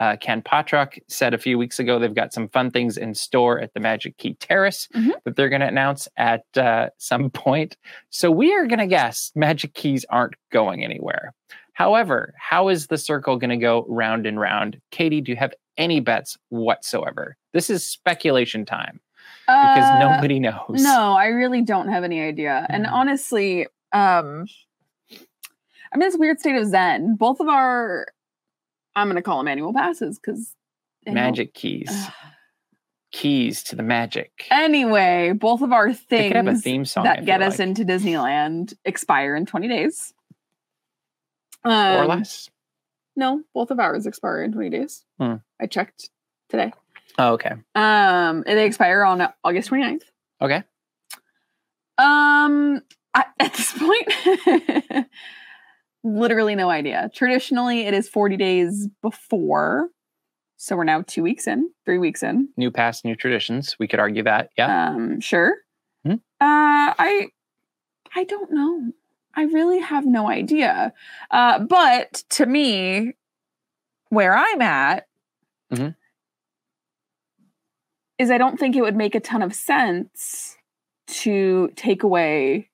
[SPEAKER 1] uh, Ken Patrak said a few weeks ago they've got some fun things in store at the Magic Key Terrace
[SPEAKER 2] Mhm.
[SPEAKER 1] that they're going to announce at uh, some *laughs* point. So we are going to guess Magic Keys aren't going anywhere. However, how is the circle going to go round and round? Katie, do you have any bets whatsoever? This is speculation time because
[SPEAKER 2] Uh,
[SPEAKER 1] nobody knows.
[SPEAKER 2] No, I really don't have any idea. And
[SPEAKER 1] Mhm.
[SPEAKER 2] honestly, um I'm in this weird state of zen. Both of our I'm gonna call them annual passes because
[SPEAKER 1] Magic keys. keys to the magic.
[SPEAKER 2] Anyway, both of our
[SPEAKER 1] They
[SPEAKER 2] things
[SPEAKER 1] could have a theme song
[SPEAKER 2] that
[SPEAKER 1] if
[SPEAKER 2] get
[SPEAKER 1] you
[SPEAKER 2] us
[SPEAKER 1] like,
[SPEAKER 2] into Disneyland expire in 20 days.
[SPEAKER 1] or
[SPEAKER 2] Um,
[SPEAKER 1] less.
[SPEAKER 2] No, both of ours expire in 20 days.
[SPEAKER 1] Hmm.
[SPEAKER 2] I checked today.
[SPEAKER 1] Oh, okay.
[SPEAKER 2] Um, and they expire on August 29th.
[SPEAKER 1] Okay.
[SPEAKER 2] Um, I, *laughs* at this point, *laughs* literally no idea. Traditionally, it is 40 days before. So we're now two weeks in, three weeks in.
[SPEAKER 1] New past, new traditions. We could argue that. Yeah.
[SPEAKER 2] Um, sure.
[SPEAKER 1] Hmm.
[SPEAKER 2] Uh, I, I don't know. I really have no idea. Uh, but to me, where I'm at
[SPEAKER 1] Mhm.
[SPEAKER 2] is I don't think it would make a ton of sense to take away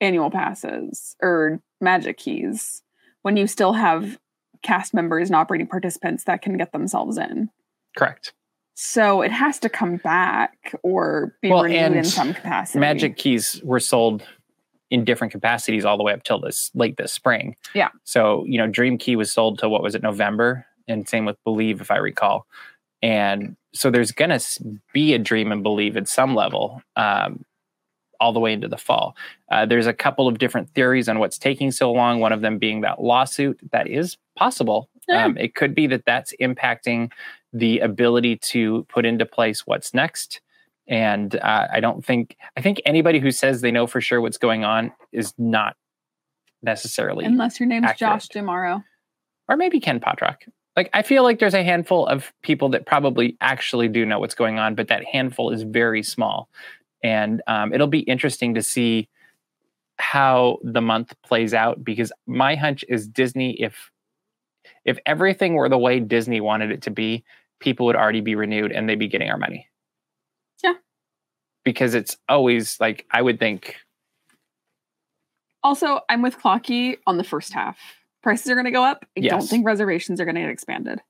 [SPEAKER 2] annual passes or magic keys when you still have cast members and operating participants that can get themselves in.
[SPEAKER 1] Correct.
[SPEAKER 2] So it has to come back or be
[SPEAKER 1] Well,
[SPEAKER 2] renewed in
[SPEAKER 1] and
[SPEAKER 2] some capacity.
[SPEAKER 1] Magic keys were sold in different capacities all the way up till this late this spring.
[SPEAKER 2] Yeah.
[SPEAKER 1] So, you know, Dream Key was sold to what was it, November? And same with Believe, if I recall. And so there's going to be a Dream and Believe at some level um, all the way into the fall. Uh, there's a couple of different theories on what's taking so long, one of them being that lawsuit. That is possible.
[SPEAKER 2] Yeah.
[SPEAKER 1] Um, it could be that that's impacting the ability to put into place what's next and uh, I don't think I think anybody who says they know for sure what's going on is not necessarily,
[SPEAKER 2] Unless your name's
[SPEAKER 1] accurate.
[SPEAKER 2] Josh Demaro.
[SPEAKER 1] or maybe Ken Podrock. Like I feel like there's a handful of people that probably actually do know what's going on, but that handful is very small, and um, it'll be interesting to see how the month plays out because my hunch is Disney if if everything were the way Disney wanted it to be, people would already be renewed and they'd be getting our money.
[SPEAKER 2] Yeah.
[SPEAKER 1] Because it's always like I would think
[SPEAKER 2] Also, I'm with Clocky on the first half. Prices are going to go up. I don't
[SPEAKER 1] Yes.
[SPEAKER 2] think reservations are going to get expanded.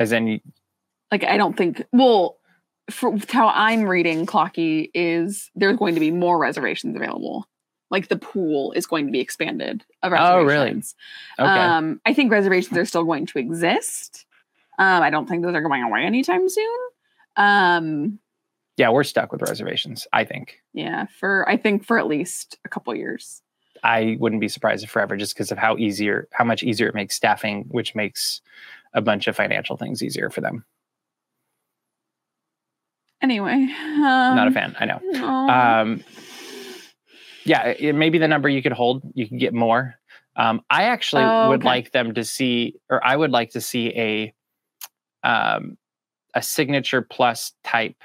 [SPEAKER 1] as in
[SPEAKER 2] Like, I don't think, well, for with how I'm reading Clocky is there's going to be more reservations available. Like the pool is going to be expanded. Of
[SPEAKER 1] Oh, really?
[SPEAKER 2] reservations.
[SPEAKER 1] okay.
[SPEAKER 2] Um, I think reservations are still going to exist. Um, I don't think those are going away anytime soon. Um,
[SPEAKER 1] yeah, we're stuck with reservations, I think.
[SPEAKER 2] Yeah, for I think for at least a couple years.
[SPEAKER 1] I wouldn't be surprised if forever just because of how easier, how much easier it makes staffing, which makes a bunch of financial things easier for them.
[SPEAKER 2] Anyway, um,
[SPEAKER 1] Not a fan, Uh, I know.
[SPEAKER 2] no.
[SPEAKER 1] Um, yeah, it, it may be the number you could hold. You could get more. Um, I actually
[SPEAKER 2] Oh,
[SPEAKER 1] would
[SPEAKER 2] okay.
[SPEAKER 1] like them to see, or I would like to see a um, a signature plus type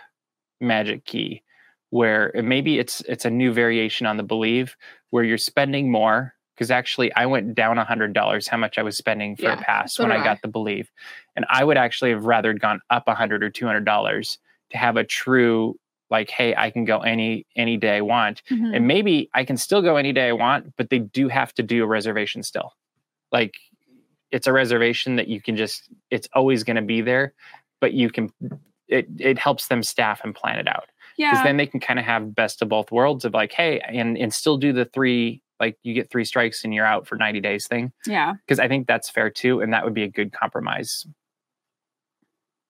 [SPEAKER 1] magic key, where and maybe it's it's a new variation on the believe, where you're spending more. Because actually, I went down a hundred dollars how much I was spending for
[SPEAKER 2] Yeah,
[SPEAKER 1] a pass
[SPEAKER 2] so
[SPEAKER 1] when
[SPEAKER 2] did
[SPEAKER 1] I
[SPEAKER 2] I.
[SPEAKER 1] got the believe, and I would actually have rather gone up a hundred or two hundred dollars to have a true like, hey, I can go any any day I want
[SPEAKER 2] Mhm.
[SPEAKER 1] and maybe I can still go any day I want, but they do have to do a reservation still. Like it's a reservation that you can just it's always going to be there, but you can it it helps them staff and plan it out because
[SPEAKER 2] yeah.
[SPEAKER 1] then they can kind of have best of both worlds of like hey and and still do the three like you get three strikes and you're out for 90 days thing
[SPEAKER 2] yeah.
[SPEAKER 1] because I think that's fair too and that would be a good compromise.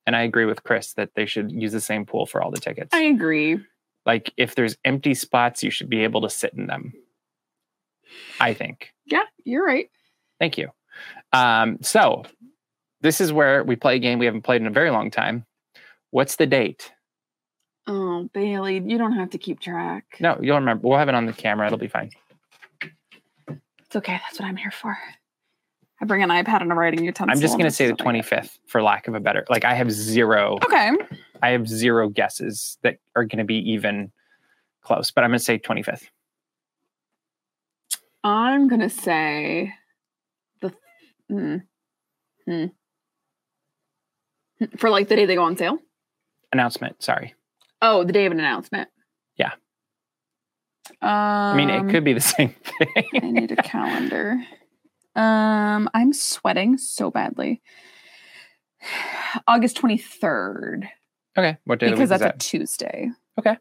[SPEAKER 1] And I agree with Chris that they should use the same pool for all the tickets.
[SPEAKER 2] I agree.
[SPEAKER 1] Like if there's empty spots, you should be able to sit in them. I think.
[SPEAKER 2] Yeah, you're right.
[SPEAKER 1] Thank you. Um, so this is where we play a game we haven't played in a very long time. What's the date?
[SPEAKER 2] Oh, Bailey, you don't have to keep track.
[SPEAKER 1] No, you'll remember. We'll have it on the camera. It'll be fine.
[SPEAKER 2] It's okay. That's what I'm here for. I bring an iPad and a writing utensil.
[SPEAKER 1] I'm just
[SPEAKER 2] and
[SPEAKER 1] going to say the
[SPEAKER 2] stuff like
[SPEAKER 1] 25th for lack of a better. Like I have zero.
[SPEAKER 2] that. Okay.
[SPEAKER 1] I have zero guesses that are going to be even close. But I'm going to say 25th.
[SPEAKER 2] I'm going to say the. Mm, Hmm. For like the day they go on sale?
[SPEAKER 1] Announcement. Sorry.
[SPEAKER 2] Oh, the day of an announcement.
[SPEAKER 1] Yeah.
[SPEAKER 2] Um,
[SPEAKER 1] I mean, it could be the *laughs* same thing.
[SPEAKER 2] I
[SPEAKER 1] *laughs*
[SPEAKER 2] need a calendar. Um, I'm sweating so badly. August 23rd,
[SPEAKER 1] okay. What day of the
[SPEAKER 2] because
[SPEAKER 1] week is
[SPEAKER 2] that's
[SPEAKER 1] that?
[SPEAKER 2] a Tuesday.
[SPEAKER 1] I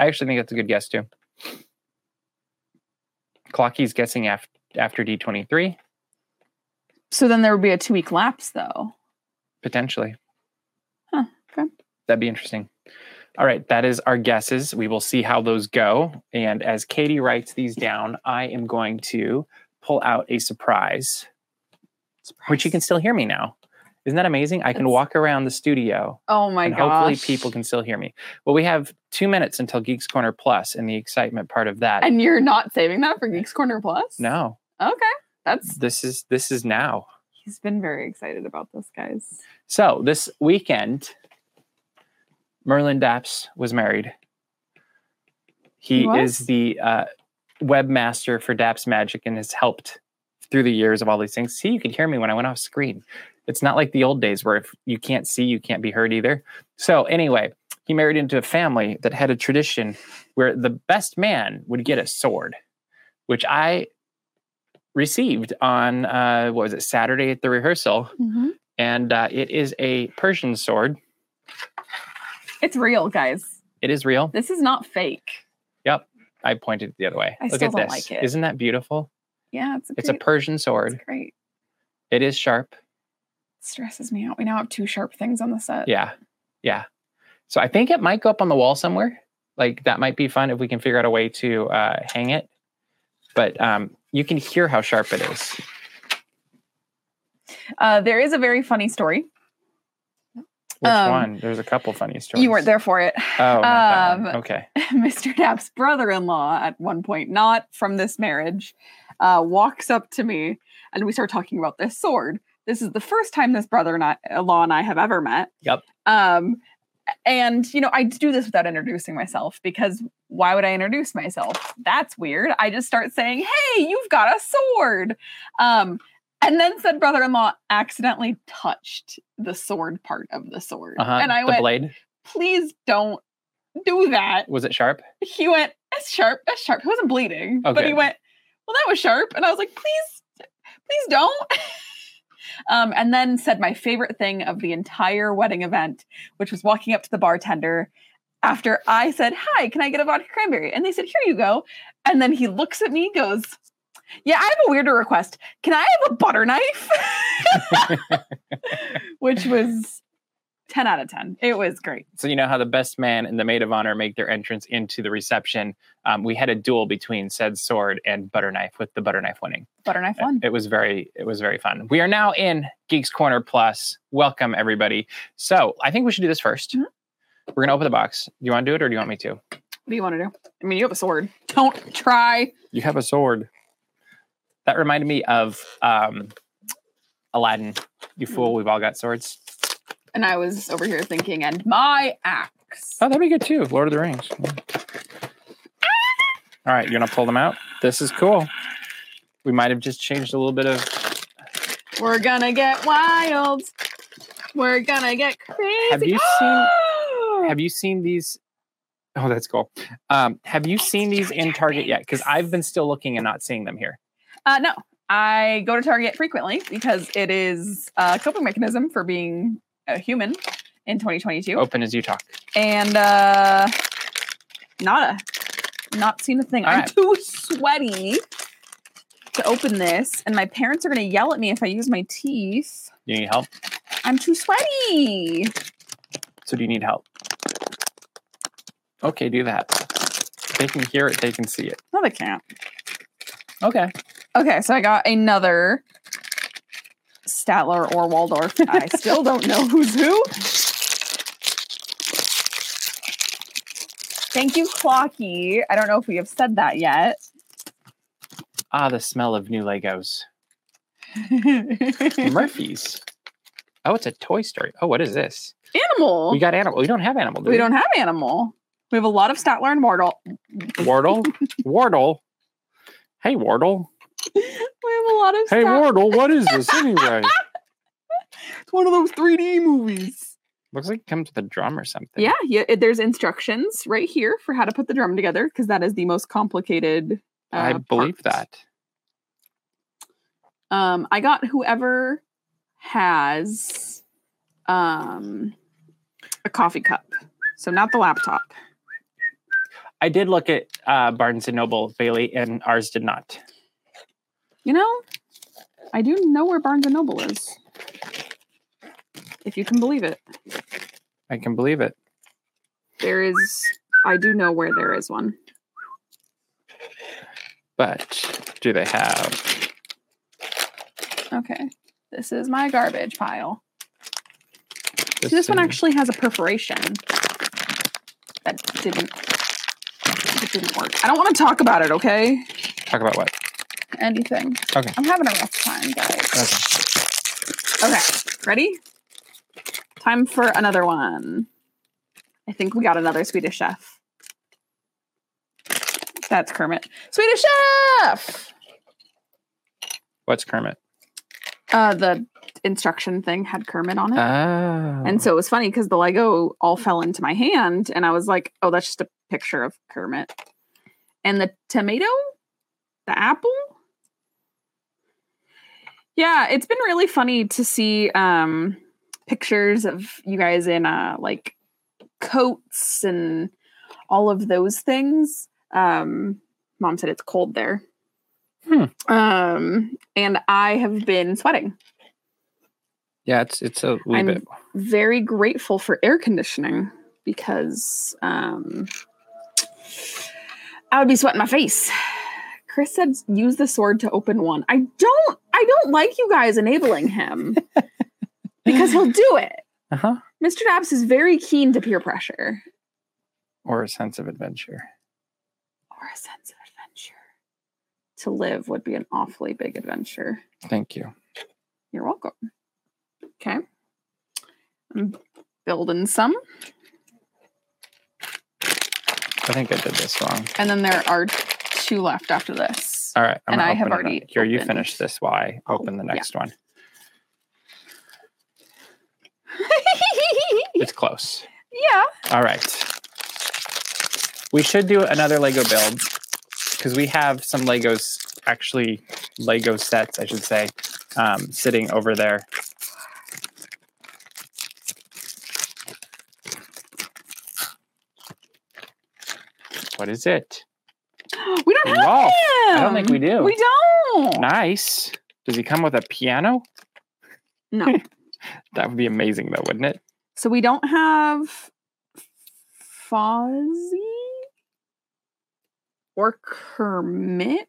[SPEAKER 1] actually think that's a good guess too. Clocky's guessing after after D twenty three
[SPEAKER 2] So then there would be a two week lapse, though.
[SPEAKER 1] potentially.
[SPEAKER 2] Huh, okay.
[SPEAKER 1] That'd be interesting. All right, that is our guesses. We will see how those go. And as Katie writes these down, I am going to pull out a surprise, which you can still hear me now. Isn't that amazing? I can
[SPEAKER 2] That's-
[SPEAKER 1] walk around the studio
[SPEAKER 2] Oh my
[SPEAKER 1] and
[SPEAKER 2] gosh.
[SPEAKER 1] hopefully people can still hear me. Well, we have two minutes until Geeks Corner Plus and the excitement part of that.
[SPEAKER 2] And you're not saving that for Geeks Corner Plus?
[SPEAKER 1] no,
[SPEAKER 2] Okay. That's.
[SPEAKER 1] this is this is now.
[SPEAKER 2] He's been very excited about this, guys.
[SPEAKER 1] So this weekend, Merlin Daps was married. He
[SPEAKER 2] He was?
[SPEAKER 1] is the uh, webmaster for Daps Magic and has helped through the years of all these things. See, you could hear me when I went off screen. It's not like the old days where if you can't see, you can't be heard either. So anyway, he married into a family that had a tradition where the best man would get a sword, which I received on uh, what was it Saturday at the rehearsal and uh, it is a Persian sword.
[SPEAKER 2] It's real, guys.
[SPEAKER 1] It is
[SPEAKER 2] *laughs*
[SPEAKER 1] real.
[SPEAKER 2] This is not fake.
[SPEAKER 1] I pointed the other way.
[SPEAKER 2] I
[SPEAKER 1] Look
[SPEAKER 2] still
[SPEAKER 1] at
[SPEAKER 2] don't
[SPEAKER 1] this.
[SPEAKER 2] like it.
[SPEAKER 1] Isn't that beautiful?
[SPEAKER 2] Yeah, it's a
[SPEAKER 1] It's a
[SPEAKER 2] great,
[SPEAKER 1] Persian
[SPEAKER 2] it's
[SPEAKER 1] sword.
[SPEAKER 2] great.
[SPEAKER 1] It is sharp.
[SPEAKER 2] Stresses me out. We now have two sharp things on the set.
[SPEAKER 1] Yeah, yeah. So I think it might go up on the wall somewhere. Like that might be fun if we can figure out a way to uh, hang it. But um, you can hear how sharp it is.
[SPEAKER 2] Uh, there is a very funny story.
[SPEAKER 1] Which
[SPEAKER 2] Um,
[SPEAKER 1] one? There's a couple funny stories.
[SPEAKER 2] You weren't there for it.
[SPEAKER 1] Oh, not that one.
[SPEAKER 2] Um,
[SPEAKER 1] okay.
[SPEAKER 2] *laughs* Mr. Dapp's brother in law, at one point, not from this marriage, uh, walks up to me and we start talking about this sword. This is the first time this brother in law and I have ever met.
[SPEAKER 1] Yep.
[SPEAKER 2] Um, and, you know, I do this without introducing myself because why would I introduce myself? That's weird. I just start saying, hey, you've got a sword. Um, and then said brother in law accidentally touched the sword part of the sword.
[SPEAKER 1] Uh-huh.
[SPEAKER 2] *laughs* And I
[SPEAKER 1] the
[SPEAKER 2] went,
[SPEAKER 1] blade
[SPEAKER 2] please don't do that
[SPEAKER 1] was it sharp?
[SPEAKER 2] he went, "That's sharp. That's sharp." He wasn't bleeding,
[SPEAKER 1] Oh,
[SPEAKER 2] but he
[SPEAKER 1] good.
[SPEAKER 2] went, "Well, that was sharp." And I was like, "Please, please don't." *laughs* um, and then said my favorite thing of the entire wedding event, which was walking up to the bartender after I said, "Hi, can I get a vodka cranberry?" And they said, "Here you go." And then he looks at me, goes. Yeah, I have a weirder request. Can I have a butter knife? *laughs* Which was 10 out of 10. It was great.
[SPEAKER 1] so you know how the best man and the maid of honor make their entrance into the reception. Um, we had a duel between said sword and butter knife, with the butter knife winning.
[SPEAKER 2] Butter knife
[SPEAKER 1] It-
[SPEAKER 2] one.
[SPEAKER 1] It was very, it was very fun. We are now in Geeks Corner Plus. Welcome everybody. So I think we should do this 1st we
[SPEAKER 2] Mhm.
[SPEAKER 1] We're gonna open the box. Do you want to do it, or do you want me to?
[SPEAKER 2] What do you want to do? I mean, you have a sword. Don't try.
[SPEAKER 1] You have a sword. That reminded me of um, Aladdin. You fool, we've all got swords.
[SPEAKER 2] And I was over here thinking, and my axe.
[SPEAKER 1] Oh, that'd be good too. Lord of the Rings. Yeah. All right, you're gonna pull them out. This is cool. We might have just changed a little bit of.
[SPEAKER 2] We're gonna get wild. We're gonna get crazy.
[SPEAKER 1] Have you seen-
[SPEAKER 2] *gasps*
[SPEAKER 1] Have you seen these? Oh, that's cool. Um, have you seen these in Target yet? Because I've been still looking and not seeing them here.
[SPEAKER 2] Uh, no, I go to Target frequently because it is a coping mechanism for being a human in 2022.
[SPEAKER 1] Open as you talk.
[SPEAKER 2] And uh, nada, not seen a thing.
[SPEAKER 1] All
[SPEAKER 2] I'm
[SPEAKER 1] right.
[SPEAKER 2] too sweaty to open this, and my parents are gonna yell at me if I use my teeth.
[SPEAKER 1] You need help.
[SPEAKER 2] I'm too sweaty.
[SPEAKER 1] So do you need help? Okay, do that. They can hear it. They can see it.
[SPEAKER 2] No, Oh, they can't.
[SPEAKER 1] Okay.
[SPEAKER 2] Okay, so I got another Statler or Waldorf. I still don't know who's who. Thank you, Clocky. I don't know if we have said
[SPEAKER 1] *laughs*
[SPEAKER 2] that yet.
[SPEAKER 1] Ah, the smell of new
[SPEAKER 2] *laughs*
[SPEAKER 1] Legos. Murphy's. Oh, it's a Toy Story. Oh, what is this?
[SPEAKER 2] animal.
[SPEAKER 1] We got animal. We don't have animal. Do
[SPEAKER 2] We don't have animal. We have a lot of Statler and Wardle.
[SPEAKER 1] Wardle. Wardle. Hey, Wardle.
[SPEAKER 2] We have a lot of
[SPEAKER 1] Hey,
[SPEAKER 2] Statler.
[SPEAKER 1] Wardle. What is this anyway?
[SPEAKER 2] *laughs* It's one of those 3D movies.
[SPEAKER 1] Looks like it comes with a drum or something.
[SPEAKER 2] Yeah, yeah it, there's instructions right here for how to put the drum together because that is the most complicated. Uh,
[SPEAKER 1] I believe
[SPEAKER 2] part.
[SPEAKER 1] that.
[SPEAKER 2] Um, I got whoever has um a coffee cup, so not the laptop.
[SPEAKER 1] I did look at uh, Barnes and Noble Bailey, and ours did not.
[SPEAKER 2] You know, I do know where Barnes and Noble is, if you can believe it.
[SPEAKER 1] I can believe it.
[SPEAKER 2] There is, I do know where there is one.
[SPEAKER 1] But do they have?
[SPEAKER 2] Okay, this is my garbage pile. So this one
[SPEAKER 1] in-
[SPEAKER 2] actually has a perforation that didn't. It didn't work. I don't want to talk about it. Okay,
[SPEAKER 1] talk about what?
[SPEAKER 2] anything.
[SPEAKER 1] Okay.
[SPEAKER 2] I'm having a rough time, guys.
[SPEAKER 1] Okay.
[SPEAKER 2] Okay, ready? Time for another one. I think we got another Swedish chef. That's Kermit. Swedish chef!
[SPEAKER 1] What's Kermit?
[SPEAKER 2] Uh, the instruction thing had Kermit on it.
[SPEAKER 1] Oh.
[SPEAKER 2] and so it was funny because the Lego all fell into my hand, and I was like, oh, that's just a picture of Kermit. And the tomato? The apple? Yeah, it's been really funny to see um pictures of you guys in uh like coats and all of those things. Um mom said it's cold there.
[SPEAKER 1] Hmm.
[SPEAKER 2] Um and I have been sweating.
[SPEAKER 1] yeah, it's it's a wee
[SPEAKER 2] I'm-
[SPEAKER 1] bit.
[SPEAKER 2] Very grateful for air conditioning because um I would be sweating my face. Chris said use the sword to open one. I don't I don't like you guys enabling him *laughs*
[SPEAKER 1] *laughs*
[SPEAKER 2] because he'll do it.
[SPEAKER 1] Uh huh.
[SPEAKER 2] Mr. Dabbs is very keen to peer pressure.
[SPEAKER 1] Or a sense of adventure.
[SPEAKER 2] Or a sense of adventure. To live would be an awfully big adventure.
[SPEAKER 1] Thank you.
[SPEAKER 2] You're welcome. Okay. I'm building some.
[SPEAKER 1] I think I did this wrong.
[SPEAKER 2] And then there are two left after this.
[SPEAKER 1] All right.
[SPEAKER 2] And
[SPEAKER 1] gonna
[SPEAKER 2] I have
[SPEAKER 1] open it
[SPEAKER 2] already
[SPEAKER 1] up. Here, you
[SPEAKER 2] opened.
[SPEAKER 1] finish this while I
[SPEAKER 2] Oh,
[SPEAKER 1] open the
[SPEAKER 2] yeah.
[SPEAKER 1] next one. It's close.
[SPEAKER 2] *laughs* yeah.
[SPEAKER 1] All right. We should do another Lego build because we have some Legos, actually, Lego sets, I should say, um, sitting over there. What is it?
[SPEAKER 2] We don't have
[SPEAKER 1] Rolf.
[SPEAKER 2] him.
[SPEAKER 1] I don't think we do.
[SPEAKER 2] We don't.
[SPEAKER 1] Nice. Does he come with a piano? *laughs*
[SPEAKER 2] No.
[SPEAKER 1] That would be amazing, though, wouldn't it?
[SPEAKER 2] So we don't have Fozzie or Kermit.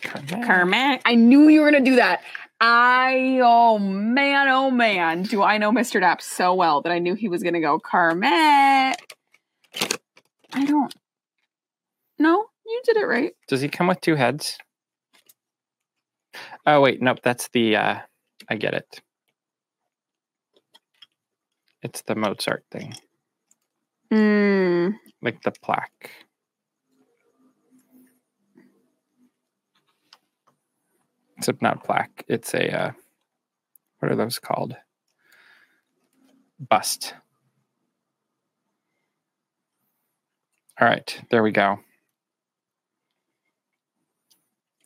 [SPEAKER 1] Kermit.
[SPEAKER 2] Kermit. I knew you were gonna do that. I oh man, oh man, do I know Mr. Dapp so well that I knew he was gonna go Kermit. I don't. No, you did it right.
[SPEAKER 1] Does he come with two heads? Oh wait, nope, that's the uh I get it. It's the Mozart thing,
[SPEAKER 2] Mm,
[SPEAKER 1] like the plaque. Except not plaque. It's a uh what are those called? Bust. All right, there we go.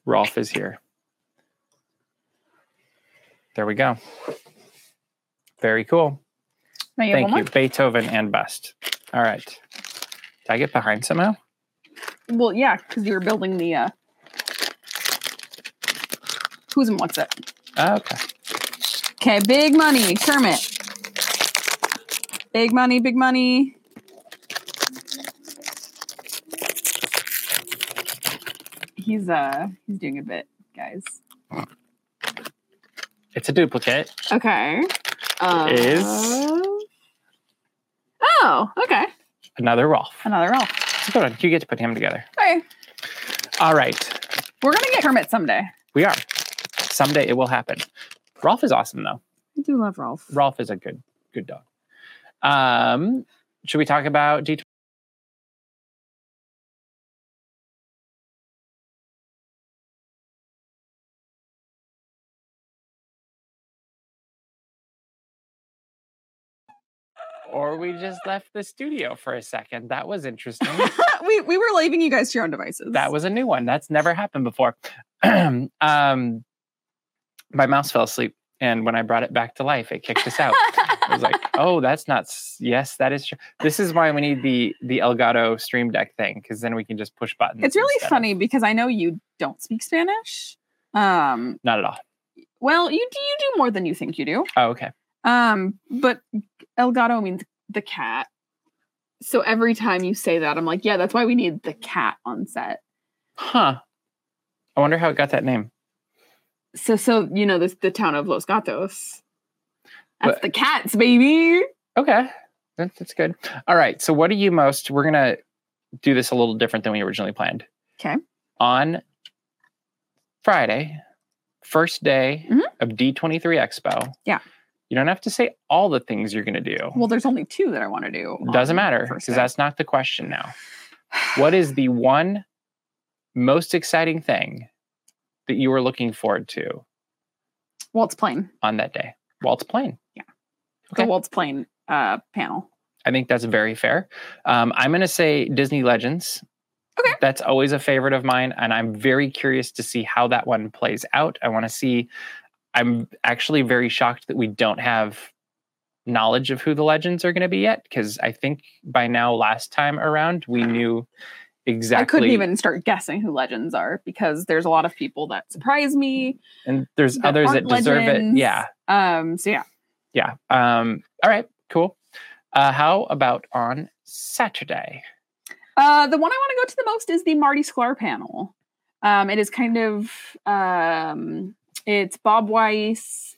[SPEAKER 1] Rolf is here. There we go. Very cool.
[SPEAKER 2] now you have
[SPEAKER 1] Thank
[SPEAKER 2] one more?
[SPEAKER 1] you. Beethoven and bust. All right. Did I get behind somehow?
[SPEAKER 2] Well, yeah, because you were building the uh who's and what's it.
[SPEAKER 1] Oh, okay.
[SPEAKER 2] Okay, big money, Kermit. Big money, big money. He's uh he's doing a bit, guys.
[SPEAKER 1] It's a duplicate.
[SPEAKER 2] Okay. Uh,
[SPEAKER 1] Is-
[SPEAKER 2] Oh, okay.
[SPEAKER 1] Another Rolf.
[SPEAKER 2] Another roll.
[SPEAKER 1] It's a good one. You get to put him together.
[SPEAKER 2] Okay.
[SPEAKER 1] All right.
[SPEAKER 2] We're gonna get Kermit someday.
[SPEAKER 1] We are. Someday it will happen. Rolf is awesome though.
[SPEAKER 2] I do love Rolf.
[SPEAKER 1] Rolf is a good good dog. Um, should we talk about D Or we just left the studio for a second. That was interesting.
[SPEAKER 2] *laughs* we we were leaving you guys to your own devices.
[SPEAKER 1] that was a new one. That's never happened before. *clears throat* um, my mouse fell asleep, and when I brought it back to life, it kicked us out.
[SPEAKER 2] *laughs*
[SPEAKER 1] I was like, "Oh, that's not. s- Yes, that is true. This is why we need the the Elgato Stream Deck thing because then we can just push buttons.
[SPEAKER 2] It's really
[SPEAKER 1] instead of-
[SPEAKER 2] funny because I know you don't speak Spanish. Um,
[SPEAKER 1] Not at all.
[SPEAKER 2] well, you do you do more than you think you do.
[SPEAKER 1] Oh, okay.
[SPEAKER 2] Um, but El gato means the cat. So every time you say that, I'm like, yeah, that's why we need the cat on set.
[SPEAKER 1] Huh. I wonder how it got that name.
[SPEAKER 2] So so you know this the town of Los Gatos. That's
[SPEAKER 1] But-
[SPEAKER 2] the cats, baby.
[SPEAKER 1] Okay, that, that's good. All right. So, what are you most? We're gonna do this a little different than we originally planned.
[SPEAKER 2] 'Kay.
[SPEAKER 1] On Friday, first day
[SPEAKER 2] Mhm.
[SPEAKER 1] of D twenty three Expo.
[SPEAKER 2] Yeah.
[SPEAKER 1] You don't have to say all the things you're gonna do.
[SPEAKER 2] Well, there's only two that I want to do.
[SPEAKER 1] Doesn't
[SPEAKER 2] on
[SPEAKER 1] matter
[SPEAKER 2] first
[SPEAKER 1] because
[SPEAKER 2] day.
[SPEAKER 1] that's not the question now. What is
[SPEAKER 2] *sighs*
[SPEAKER 1] the one most exciting thing that you were looking forward to
[SPEAKER 2] Waltz Plane.
[SPEAKER 1] on that day? Waltz plane. Okay.
[SPEAKER 2] The Waltz Plane uh panel.
[SPEAKER 1] I think that's very fair. Um, I'm going to say Disney Legends.
[SPEAKER 2] Okay.
[SPEAKER 1] That's always a favorite of mine. And I'm very curious to see how that one plays out. I want to see. I'm actually very shocked that we don't have knowledge of who the legends are going to be yet because I think by now, last time around, we knew exactly.
[SPEAKER 2] I couldn't even start guessing who legends are because there's a lot of people that surprise me.
[SPEAKER 1] And there's
[SPEAKER 2] that
[SPEAKER 1] others that
[SPEAKER 2] aren't
[SPEAKER 1] deserve
[SPEAKER 2] legends.
[SPEAKER 1] it. Yeah.
[SPEAKER 2] Um, so yeah.
[SPEAKER 1] yeah um all right cool uh how about on saturday
[SPEAKER 2] Uh, the one I want to go to the most is the Marty Sklar panel. Um, it is kind of um, it's Bob Weiss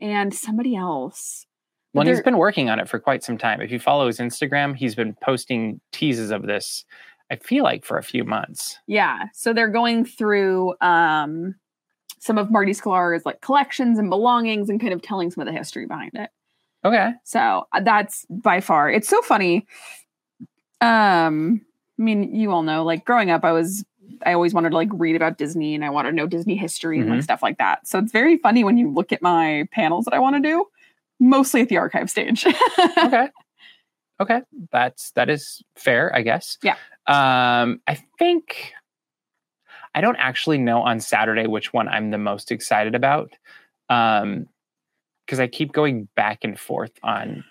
[SPEAKER 2] and somebody else. But
[SPEAKER 1] well and he's
[SPEAKER 2] there-
[SPEAKER 1] been working on it for quite some time if you follow his instagram he's been posting teases of this i feel like for a few months
[SPEAKER 2] Yeah, so they're going through um, some of Marty Sklar's like collections and belongings and kind of telling some of the history behind it.
[SPEAKER 1] okay
[SPEAKER 2] So uh, that's by far. It's so funny. Um, I mean, you all know, like growing up, I was I always wanted to like read about Disney and I wanted to know Disney history and
[SPEAKER 1] Mm-hmm.
[SPEAKER 2] like stuff like that. So it's very funny when you look at my panels that I want to do, mostly at the archive stage. *laughs*
[SPEAKER 1] okay okay that's that is fair i guess
[SPEAKER 2] Yeah.
[SPEAKER 1] um i think i don't actually know on saturday which one i'm the most excited about um because i keep going back and forth on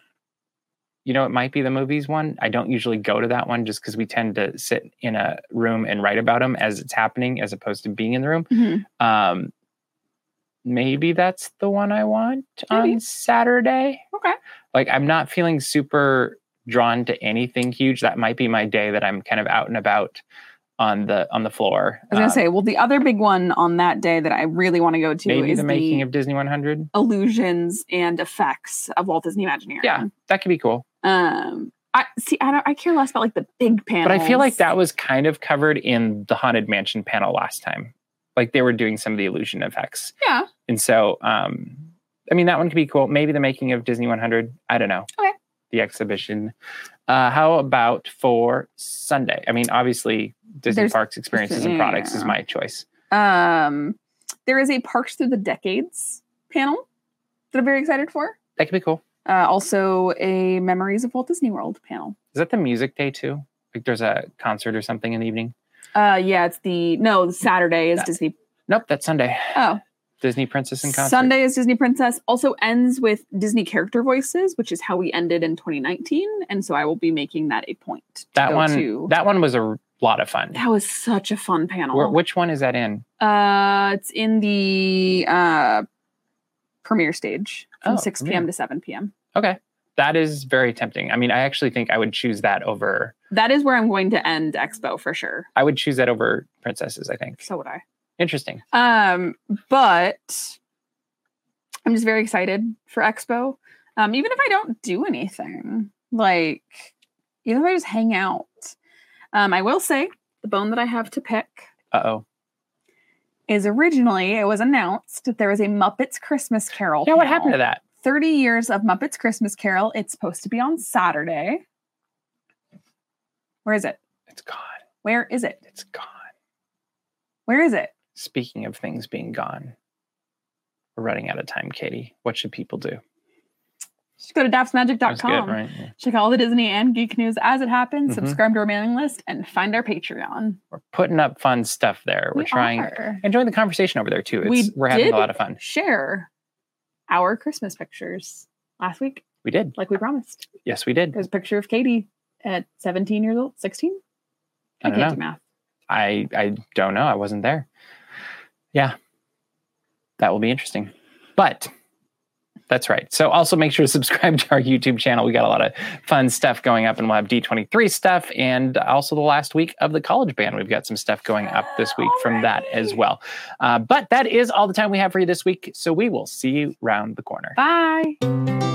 [SPEAKER 1] you know it might be the movies one i don't usually go to that one just because we tend to sit in a room and write about them as it's happening as opposed to being in the room
[SPEAKER 2] Mhm.
[SPEAKER 1] um maybe that's the one i want
[SPEAKER 2] Maybe.
[SPEAKER 1] on saturday
[SPEAKER 2] Okay.
[SPEAKER 1] like i'm not feeling super drawn to anything huge that might be my day that i'm kind of out and about on the on the floor
[SPEAKER 2] I was gonna
[SPEAKER 1] Um,
[SPEAKER 2] say, well, the other big one on that day that I really want to go to
[SPEAKER 1] maybe
[SPEAKER 2] is
[SPEAKER 1] the
[SPEAKER 2] the,
[SPEAKER 1] making of disney 100
[SPEAKER 2] illusions and effects of Walt Disney Imagineering.
[SPEAKER 1] Yeah. that could be cool
[SPEAKER 2] Um, I see. I don't. I care less about like the big panels.
[SPEAKER 1] but i feel like that was kind of covered in the haunted mansion panel last time like they were doing some of the illusion effects.
[SPEAKER 2] Yeah.
[SPEAKER 1] And so, um, I mean, that one could be cool. Maybe the making of Disney 100. I don't know.
[SPEAKER 2] Okay.
[SPEAKER 1] The exhibition. Uh, how about for Sunday? I mean, obviously, Disney
[SPEAKER 2] There's-
[SPEAKER 1] Parks Experiences and Products is
[SPEAKER 2] yeah.
[SPEAKER 1] my choice.
[SPEAKER 2] Um, there is a Parks Through the Decades panel that I'm very excited for.
[SPEAKER 1] That could be cool.
[SPEAKER 2] Uh, also, a Memories of Walt Disney World panel.
[SPEAKER 1] Is that the music day too? Like there's a concert or something in the evening?
[SPEAKER 2] Uh, yeah, it's the no Saturday is
[SPEAKER 1] That-
[SPEAKER 2] Disney.
[SPEAKER 1] Nope, that's Sunday.
[SPEAKER 2] Oh,
[SPEAKER 1] Disney Princess and Concert.
[SPEAKER 2] Sunday is Disney Princess. Also ends with Disney character voices, which is how we ended in 2019, and so I will be making that a point. to
[SPEAKER 1] That
[SPEAKER 2] go
[SPEAKER 1] one.
[SPEAKER 2] to.
[SPEAKER 1] That one was a r- lot of fun.
[SPEAKER 2] That was such a fun panel.
[SPEAKER 1] Where, which one is that in?
[SPEAKER 2] Uh, it's in the uh, premiere stage from
[SPEAKER 1] Oh,
[SPEAKER 2] 6 p.m.
[SPEAKER 1] premiere.
[SPEAKER 2] to 7 p.m.
[SPEAKER 1] Okay, that is very tempting. I mean, I actually think I would choose that over.
[SPEAKER 2] That is where I'm going to end Expo for sure.
[SPEAKER 1] I would choose that over Princesses. I think.
[SPEAKER 2] So would I.
[SPEAKER 1] Interesting.
[SPEAKER 2] Um, but I'm just very excited for Expo. Um, even if I don't do anything, like even if I just hang out, um, I will say the bone that I have to pick
[SPEAKER 1] Uh oh.
[SPEAKER 2] is originally it was announced that there was a Muppets Christmas Carol.
[SPEAKER 1] Yeah, what
[SPEAKER 2] panel.
[SPEAKER 1] happened to that?
[SPEAKER 2] 30 years of Muppets Christmas Carol. It's supposed to be on Saturday. Where is it?
[SPEAKER 1] It's gone.
[SPEAKER 2] Where is it?
[SPEAKER 1] It's gone.
[SPEAKER 2] Where is it?
[SPEAKER 1] Speaking of things being gone, we're running out of time, Katie. What should people do?
[SPEAKER 2] Just go to
[SPEAKER 1] That was
[SPEAKER 2] dapsmagic.com.
[SPEAKER 1] good, right? Yeah.
[SPEAKER 2] Check all the Disney and geek news as it happens,
[SPEAKER 1] Mhm.
[SPEAKER 2] subscribe to our mailing list, and find our Patreon.
[SPEAKER 1] We're putting up fun stuff there. We're
[SPEAKER 2] We
[SPEAKER 1] trying.
[SPEAKER 2] are.
[SPEAKER 1] And join the conversation over there too. It's,
[SPEAKER 2] We
[SPEAKER 1] we are having
[SPEAKER 2] did-
[SPEAKER 1] a lot of fun.
[SPEAKER 2] Share our Christmas pictures last week,
[SPEAKER 1] We did.
[SPEAKER 2] like we promised.
[SPEAKER 1] Yes, we did.
[SPEAKER 2] There's a picture of Katie at 17 years old, 16. I,
[SPEAKER 1] I don't
[SPEAKER 2] can't
[SPEAKER 1] know.
[SPEAKER 2] do math.
[SPEAKER 1] I I don't know. I wasn't there. Yeah. That will be interesting. But that's right. So also make sure to *laughs* subscribe to our YouTube channel. We got a lot of fun stuff going up and we'll have D23 stuff and also the last week of the college band. We've got some stuff going up this week from that as well. Uh, but that is all the time we have for you this week. So we will see you round the corner.
[SPEAKER 2] Bye.